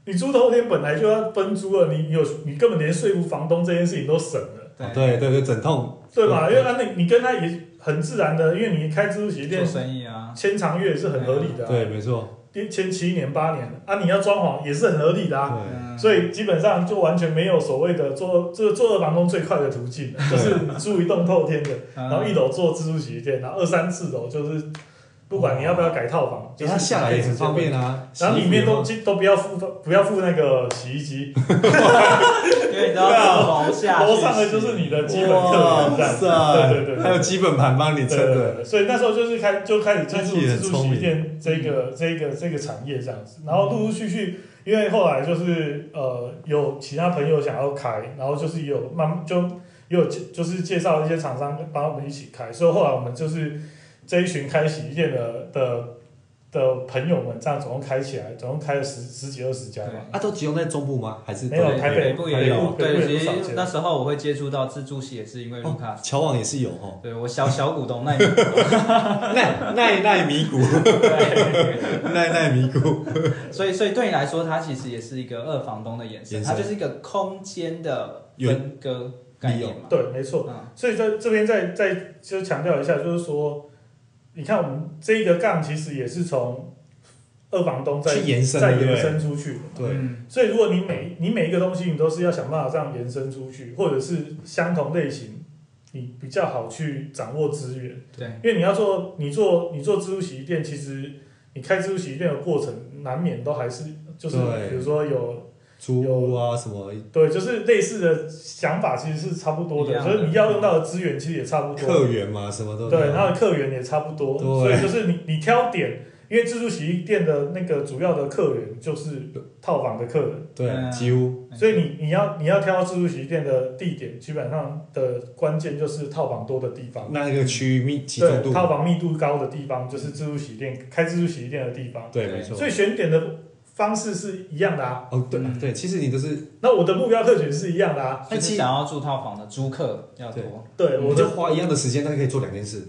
你租透天本来就要分租了，你你有你根本连说服房东这件事情都省了，
对
对对对，整栋
对吧？因为那你你跟他也很自然的，因为你开自助洗衣
做
店
生意啊，
签长约也是很合理的、啊
对，，没错，
签七年八年啊，你要装潢也是很合理的啊。
对，
嗯
所以基本上就完全没有所谓的做这做二房东最快的途径，就是你租一栋透天的，
嗯
然后一楼做自助洗衣店，然后二三四楼就是不管你要不要改套房，就
给
是
它哦下来也很方便
啊。
啊，
然后里面都
洗衣服
都不要付不要付那个洗衣机，
因为你知道楼下
啊楼上的就是你的基本客
啊哇
源这样。
塞，
对对对
还有基本盘帮你
对
撑
对
的，
对，所以那时候就是开就开始接触
那也很
自助洗衣店这个这个这个产业这样子，然后陆陆续续，因为后来就是呃有其他朋友想要开，然后就是有慢就也有介就是介绍一些厂商帮我们一起开，所以后来我们就是这一群开洗衣店的的的朋友们，这样总共开起来，总共开了十十几二十家吧。
对
啊，都集中在中部吗？还是
没有
都在哦
台北
北部也有，
北部
对，
也
其
不少
实
见
那时候我会接触到自助洗，也是因为卢卡斯，
乔网也是有
[LAUGHS]
哦，
对我小小股东那一年，
奈奈奈米谷，
对
奈奈米谷，
所以所以对你来说，它其实也是一个二房东的延伸，
延
它
伸
就是一个空间的分割概念嘛，
对，没错。
嗯
所以在这边再再就强调一下，就是说，你看我们这一个杠其实也是从二房东再
去延伸
再
的，对不对？
延伸出去的。
对，
嗯
所以如果你每你每一个东西，你都是要想办法这样延伸出去，或者是相同类型，你比较好去掌握资源。
对，
因为你要做你做你做自助洗衣店，其实你开自助洗衣店的过程，难免都还是就是
对
比如说有
租屋啊什么
对，就是类似的想法其实是差不多
一
的，
样
所
的
以你要用到的资源其实也差不多，
客源嘛，什么都
对，它的客源也差不多，
啊对
所以就是你你挑点，因为自助洗衣店的那个主要的客源就是套房的客人，
对，
嗯
几乎
所以你你要你要挑自助洗衣店的地点，基本上的关键就是套房多的地方，
那个区域密集中
对，
度，
套房密度高的地方就是自助洗衣店开自助洗衣店的地方，
对，
对
没错
所。以选点的方式是一样的啊，
哦，对
嗯
对，其实你都是，
那我的目标客群是一样的啊，
就是想要住套房的租客要多，
对，
我
我的
就花一样的时间，但是可以做两件事。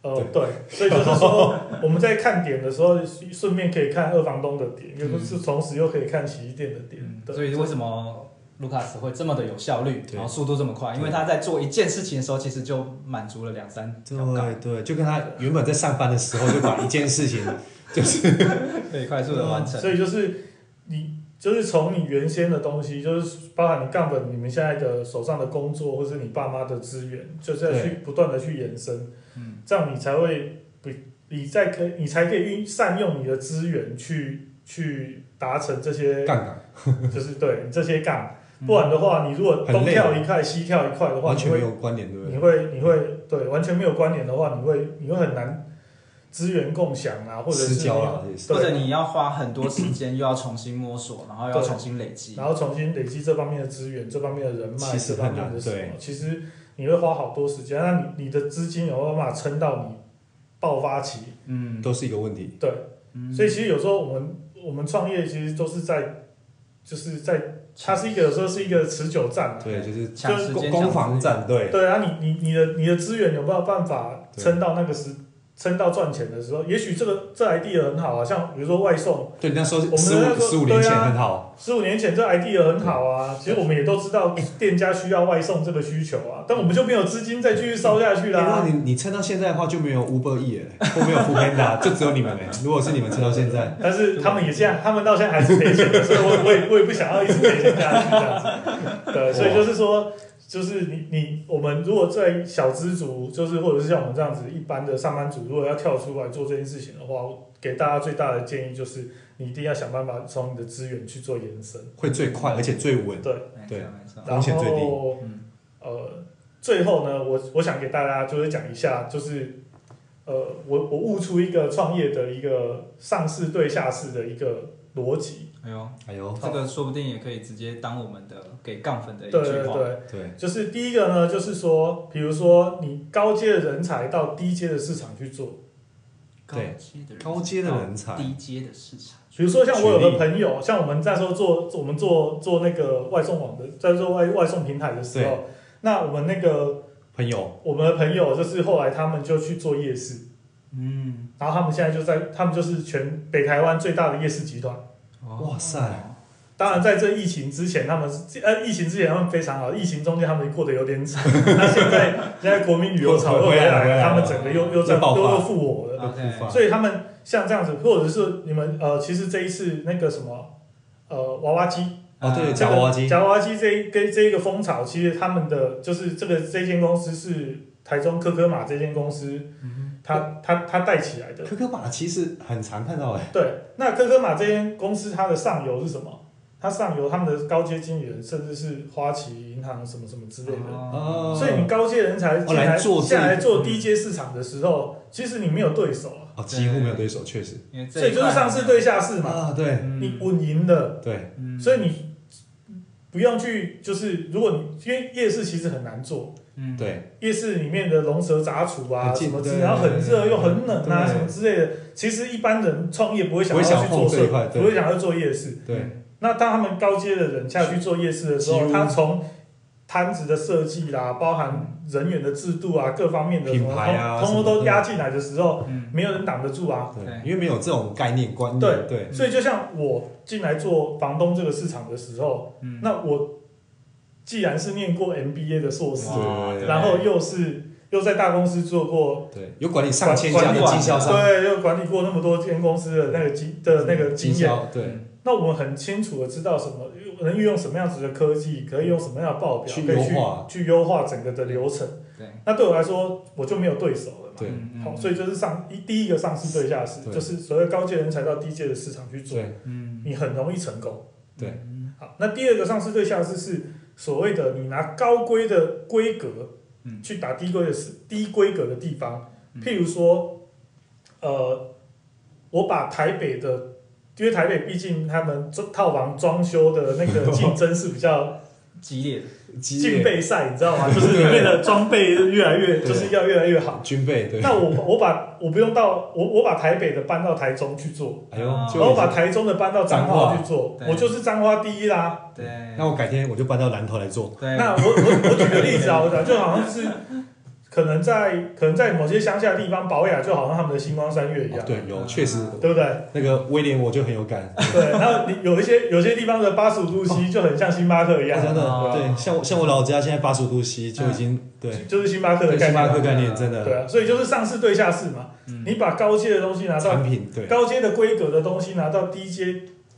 呃，对，所以就是说，我们在看点的时候，顺便可以看二房东的点，又不是同时又可以看洗衣店的点。
嗯
对，
所以为什么？卢卡斯会这么的有效率，
对
然后速度这么快，因为他在做一件事情的时候，其实就满足了两三条杠，
对对，就跟他原本在上班的时候就把一件事情，就是
可以快速的完成。
所以就是你就是从你原先的东西，就是包含你杠本，你们现在的手上的工作，或是你爸妈的资源，就是要去不断的去延伸，
嗯，
这样你才会不，你再可以你才可以运善用你的资源去去达成这些，
杠杆，
就是对这些杠。
嗯
不然的话，你如果
很
东
累
跳一块西跳一块的话，
完
你
全
会
没有关联，对不对？
你会你会对完全没有关联的话，你会你会很难资源共享啊，或者
失
是
焦了，也是
对
或者你要花很多时间，又要重新摸索，然后要重新累积
然。后重新累积这方面的资源、这方面的人脉、
其实
这方面
很
的
难
什么
对，
其实你会花好多时间。那你你的资金有没有办法撑到你爆发期？
嗯，
都是一个问题。
对，
嗯
所以其实有时候我们我们创业其实都是在就是在它是一个有时候是一个持久战、啊。
对，就是
抢时间
攻攻防战，对
对啊，你你你的你的资源有没有办法撑到那个时撑到赚钱的时候，也许这个这 idea 很好啊，像比如说外送，
对，那时候
我们
十
那
五
时候
十五年前
对啊
很好，
十五年前这 idea 很好啊，其实我们也都知道店家需要外送这个需求啊，但我们就没有资金再继续烧下去
欸那
啦。
你你撑到现在的话就没有 Uber E 了，或没有 f o o Panda，就只有你们了。如果是你们撑到现在，
但是他们也现在，他们到现在还是赔钱的，所以我我也我也不想要一直赔钱下去这样子。对，所以就是说，就是你你我们如果在小资族，就是或者是像我们这样子一般的上班族，如果要跳出来做这件事情的话，我给大家最大的建议就是，你一定要想办法从你的资源去做延伸。
会最快而且最稳。
对，
对
没错没错。
风险最低
然后
嗯
呃，最后呢，我我想给大家就是讲一下，就是呃，我我悟出一个创业的一个上市对下市的一个逻辑。
哎呦，
哎呦，
这个说不定也可以直接当我们的给杠粉的一
对
句话。
对对，
对，
就是第一个呢，就是说，比如说你高阶的人才到低阶的市场去做，
高阶的人
高阶的人才
到低阶的市场，
比如说像我有
举例
个朋友，像我们那时候做我们做做那个外送网的，在做外外送平台的时
对
候，那我们那个
朋友，
我们的朋友就是后来他们就去做夜市。
嗯，
然后他们现在就在，他们就是全北台湾最大的夜市集团。
哦
哇塞，
当然，在这疫情之前，他们是呃，疫情之前他们非常好，疫情中间他们过得有点惨。那现在现在国民旅游潮又回
回来了回
来
来
了，
了
他们整个又又在
又爆
又
发
又复活了。
哇
，OK，
所以他们像这样子，或者是你们呃，其实这一次那个什么呃娃娃机，
哦对
啊
夹娃娃机
夹娃娃机这一跟这一个风潮，其实他们的就是这个这间公司是台中科科马这间公司，
嗯
他他他带起来的。
科科马其实很常看到哎、
对，那科科玛这间公司它的上游是什么？它上游他们的高阶经理人甚至是花旗银行什么什么之类的。
哦
哦
所以你高阶人才进
来
来
做这
下来
个嗯
做低阶市场的时候，其实你没有对手啊，
哦，几乎没有对手，确实
因为这
所以就是上市对
象，
下市嘛，
啊，对
嗯
你稳赢的，
对，
嗯
所以你不用去就是，如果你因为夜市其实很难做，
嗯
对，
夜市里面的龙蛇杂处啊
很
什
近
么之
对
类，然后很热又很冷啊
对
什么之类的，其实一般人创业不会想
不
要
会想
去做
碰这一
社
块，
不会
对
想要做夜市。
对，
那当他们高阶的人下去做夜市的
几
时候，
乎
他从摊子的设计啦，包含人员的制度啊，各方面的什
品
么，
牌啊
通
什么
通
的
都压进来的时候，
嗯
没有人挡得住啊。
对
对，
因为没有这种概念观念，
对
对，
所以就像我进来做房东这个市场的时候，
嗯，
那我既然是念过 MBA 的硕士，
哇
对
然后又是又在大公司做过，
对，有管理上千家的
管
经销商，
对，又管理过那么多间公司的那个经的那个
经
经验，
销，对，
那我们很清楚的知道什么能运用什么样子的科技，可以用什么样的报表，
去
可以
优化
去去优化整个的流程。
对
那对我来说，我就没有对手了嘛。
对
嗯
好，所以就是上一第一个上市对下市，
对
就是所谓高阶人才到低阶的市场去做，
对，
嗯
你很容易成功。
对
嗯
好，那第二个上市对下市是所谓的你拿高规的规格
嗯
去打低规的市低规格的地方
嗯，
譬如说，呃，我把台北的，因为台北毕竟他们装套房装修的那个竞争是
[LAUGHS]
比较
激烈的，
激
竞
烈
备赛，你知道吗？就是里面的装备越来越，
对
就是要越来越好。
军备，对，
那我我把我不用到我我把台北的搬到台中去做，
哎呦，
啊
然后
就
我把台中的搬到彰
彰化
化去做，
对
我就是彰化第一啦。
对，
那我改天我就搬到南头来做，
对，
那我我我举个例子啊，我讲就好像是，可能在可能在某些乡下的地方，保雅就好像他们的星光三月一样，啊
哦对，有确实
对不对？
那个威廉我就很有感，
对，然后你有一些有些地方的八十五度
哦
C 就很像星巴克一样，
真的，
啊
对，像我像我老家现在八十五度 C 就已经对，
就是星巴克的
对，
概
星巴
念
克
嘛。
概念真的
对啊，所以就是上市对下市嘛，
嗯
你把高阶的东西拿到
产品，对，
高阶的规格的东西拿到低阶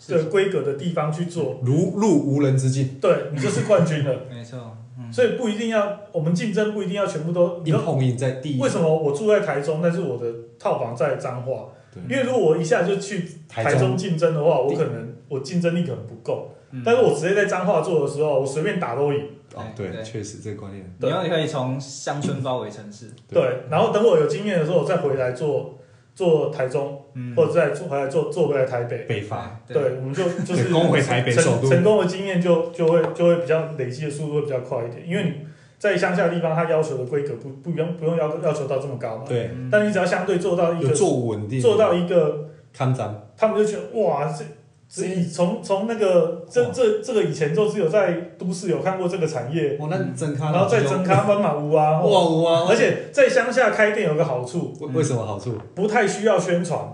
的
是
规格的地方去做，
如入无人之境，
对你就是冠军了。
没错，嗯，
所以不一定要我们竞争不一定要全部都，你
硬
都
碰硬在第一
为什么我住在台中，但是我的套房在彰化？
对
因为如果我一下就去台中竞争的话，我可能我竞争力可能不够。
嗯
但是我直接在彰化做的时候，我随便打都赢。
哦，
对
对，
对
确实这个观念，
你要可以从乡村包围城市，
对
对，然后等我有经验的时候，我再回来做做台中，
嗯，
或者再做回来做做回来台北。
北伐，
对，我
[LAUGHS]
们就就
对
是
攻回台北首
成
都
成功的经验就就会就会比较累积的速度会比较快一点，因
嗯
为你在乡下的地方，它要求的规格不不用不用要要求到这么高嘛。
对，
嗯
但你只要相对做到一
有
个
做稳定，
做到一个
看涨，
他们就觉得哇，这是以从从那个这这这个以前就是有在都市有看过这个产业，
哇，那真咖，
然后再增咖斑马屋啊，
哇哇，
而且在乡下开店有个好处，
为为什么好处？
不太需要宣传，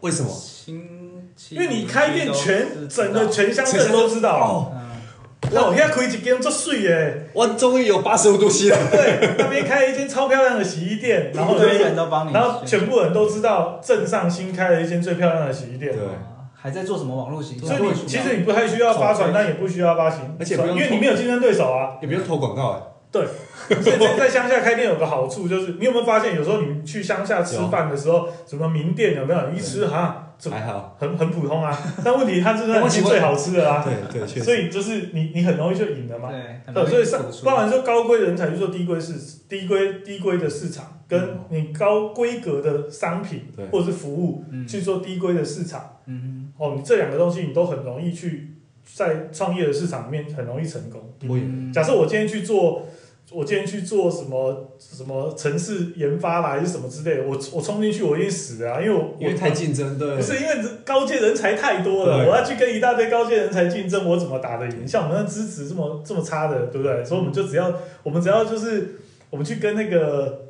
为什么？
哦亲戚
因为你开店全整个全乡
全
镇
乡
都知道。
哦，
嗯
哇，我现在开一间做水耶，
我终于有八十五度 C 了。 [LAUGHS]
对，那边开一间超漂亮的洗衣店，然后
一
就
堆人
是
都帮你宣，
然后全部人都知道镇上新开了一间最漂亮的洗衣店，
对
啊还在做什么网络行销？
所以你其实你不太需要发传单，也不需要发行，
而且不用
因为你没有竞争对手啊。
也不用投广告哎，
[LAUGHS] 所以在在乡下开店有个好处就是，你有没有发现有时候你去乡下吃饭的时候，什么名店有没有？你一吃哈，怎么
还好。
很很普通啊？ [LAUGHS] 但问题它真的是最好吃的啊，
对对，确
所
实。
以就是你你很容易就赢了嘛。
对，很
对，
容易
所以上
走出
不然说高规人才去做低规市低规低规的市场，
嗯
跟你高规格的商品
对
或者是服务
嗯
去做低规的市场，
嗯
哦，你这两个东西你都很容易去在创业的市场里面很容易成功。
我也
嗯
假设我今天去做，我今天去做什么什么城市研发啦，还是什么之类的，我我冲进去我一定死啊，因为我
因为太竞争，对
不，是因为高阶人才太多了，
对
我要去跟一大堆高阶人才竞争，我怎么打得赢？像我们的资质这么这么差的，对不对？所以我们就只要我们只要就是我们去跟那个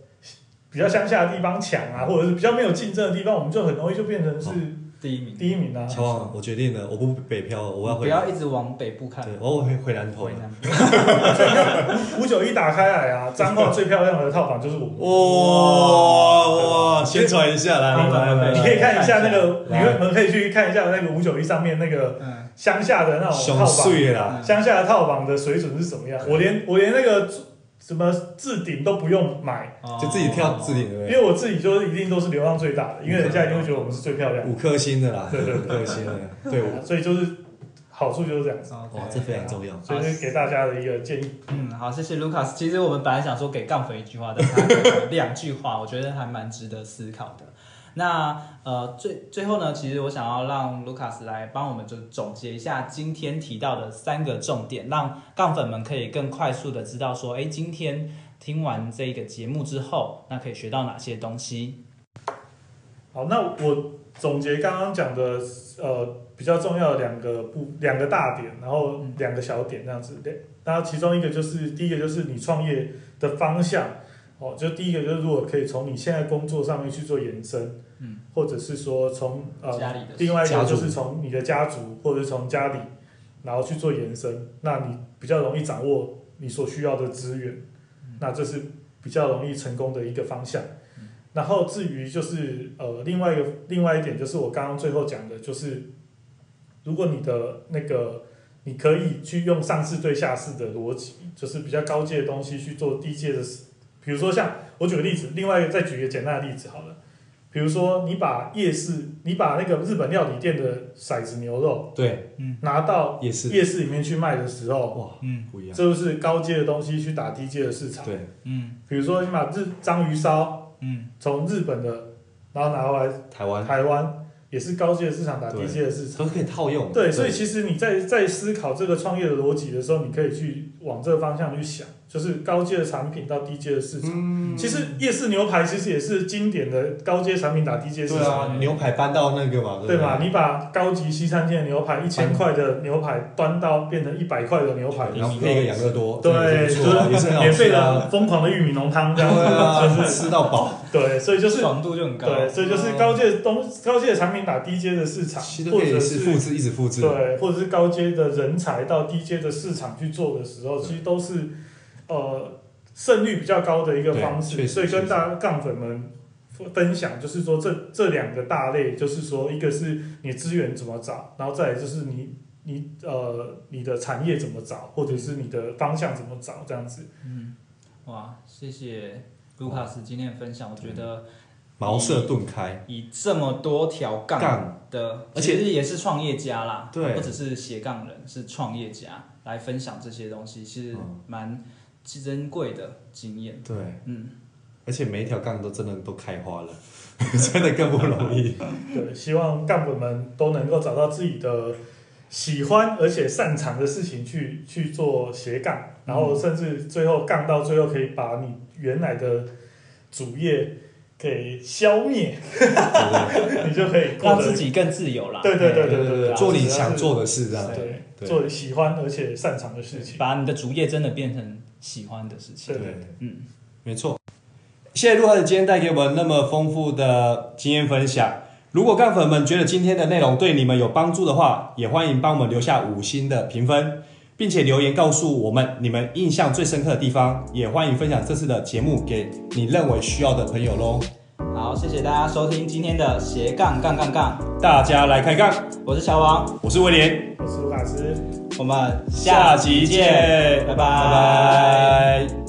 比较乡下的地方抢啊，或者是比较没有竞争的地方，我们就很容易就变
哦
成是
第一名，
第一名啊。
乔王，我决定了，我不北漂了，我要
不
回，
要一直往北部看，
对，我要回回南投
回
了。
南
五九一打开来啊，彰化最漂亮的套房就是我们。
哇哇，宣传一下，来来来来
你
来，
可以看一下那个，你
来
们可以去看一下那个五九一上面那个
嗯，
乡下的那种套
熊
房，
碎啦，
乡下的套房的水准是什么样？我连我连那个什么置顶都不用买，
哦
就自己跳自己，对不
因
对？
为我自己就是一定都是流量最大的，因为人家一定会觉得我们是最漂亮的，
五颗星的啦，
对对
五颗星的，对，我
所以就是好处就是这样子，
OK
哇，这非常重要。
所以就是给大家的一个建议。
嗯，好，谢谢 Lucas。其实我们本来想说给杠粉一句话，但他给了两句话，我觉得还蛮值得思考的。那呃，最最后呢，其实我想要让 Lucas 来帮我们就总结一下今天提到的三个重点，让杠粉们可以更快速的知道说，哎，今天听完这个节目之后，那可以学到哪些东西？
好，那我总结刚刚讲的呃比较重要的两个部两个大点，然后两个小点这样子。对，那其中一个就是第一个就是你创业的方向哦，就第一个就是如果可以从你现在工作上面去做延伸，
嗯，
或者是说从呃
家里的事
另外一个
家族
就是从你的家族或者是从家里，然后去做延伸，那你比较容易掌握你所需要的资源，
嗯
那这是比较容易成功的一个方向。然后至于就是呃，另外一个另外一点就是我刚刚最后讲的，就是如果你的那个你可以去用上市对下市的逻辑，就是比较高阶的东西去做低阶的事，比如说像我举个例子，另外一个再举一个简单的例子好了，比如说你把夜市，你把那个日本料理店的骰子牛肉
对，
拿到
也是，
夜市里面去卖的时候，
哇，
嗯
不一样。
这就是高阶的东西去打低阶的市场。
对，
嗯
比如说你把日章鱼烧
嗯
从日本的，然后拿回来
台湾
台湾也是高阶的市场打低
对
阶的市场。
都可以套用。
对，所以其实你在在思考这个创业的逻辑的时候，你可以去往这个方向去想，就是高阶的产品到低阶的市场。
嗯，
其实夜市牛排其实也是经典的高阶产品打低阶市
对
场，
啊，牛排搬到那个嘛，
对
不
吧？？你把高级西餐厅的牛排一千块的牛排端到变成一百块的牛排的时
然
候，
后配个养乐多，
对，
这个也
就
不错啊也是
是
很好
免费
吃
的
啊。
疯狂的玉米浓汤这
对
样子，
啊，
就是
吃到饱。
对，所以就是
爽度就很高。嗯
对，所以就是高
啊
阶的东高阶的产品打低阶的市场
其实，都
或
可以
者
是复制，一直复制。
对，或者是高阶的人才到低阶的市场去做的时候，其实都是呃胜率比较高的一个
对
方
确
式。
实
所以
确
跟
实
大家杠粉们分享，就是说这这两个大类，就是说一个是你资源怎么找，然后再来就是你你呃你的产业怎么找，或者是你的方向怎么找这样子。
嗯，哇，谢谢 Lucas 今天的分享，我觉得。
茅塞顿开，
以这么多条杠
杠
的，
而且
其实也是创业家啦，
对
不只是斜杠人，是创业家来分享这些东西，其实
嗯
蛮珍贵的经验。
对，
嗯，
而且每一条杠都真的都开花了， [LAUGHS] 真的更不容易。
对，希望干部们都能够找到自己的喜欢而且擅长的事情去去做斜杠，
嗯
然后甚至最后杠到最后可以把你原来的主业给消灭， [LAUGHS] 你就可以过
让
得
自己更自由啦。
对对对
嗯对对对，
啊
做你
主要是
想做的事这样。
对
对
做喜欢而且擅长的事情。
把你的主业真的变成喜欢的事情。
对
对，
嗯，
没错。谢谢陆汉今天带给我们那么丰富的经验分享。如果干粉们觉得今天的内容对你们有帮助的话，也欢迎帮我们留下五星的评分，并且留言告诉我们你们印象最深刻的地方。也欢迎分享这次的节目给你认为需要的朋友喽。
好，谢谢大家收听今天的斜杠杠杠杠，
大家来开杠，
我是小王，
我是威廉，
我是卢卡斯。
我们
下
集
集见，
拜拜
拜拜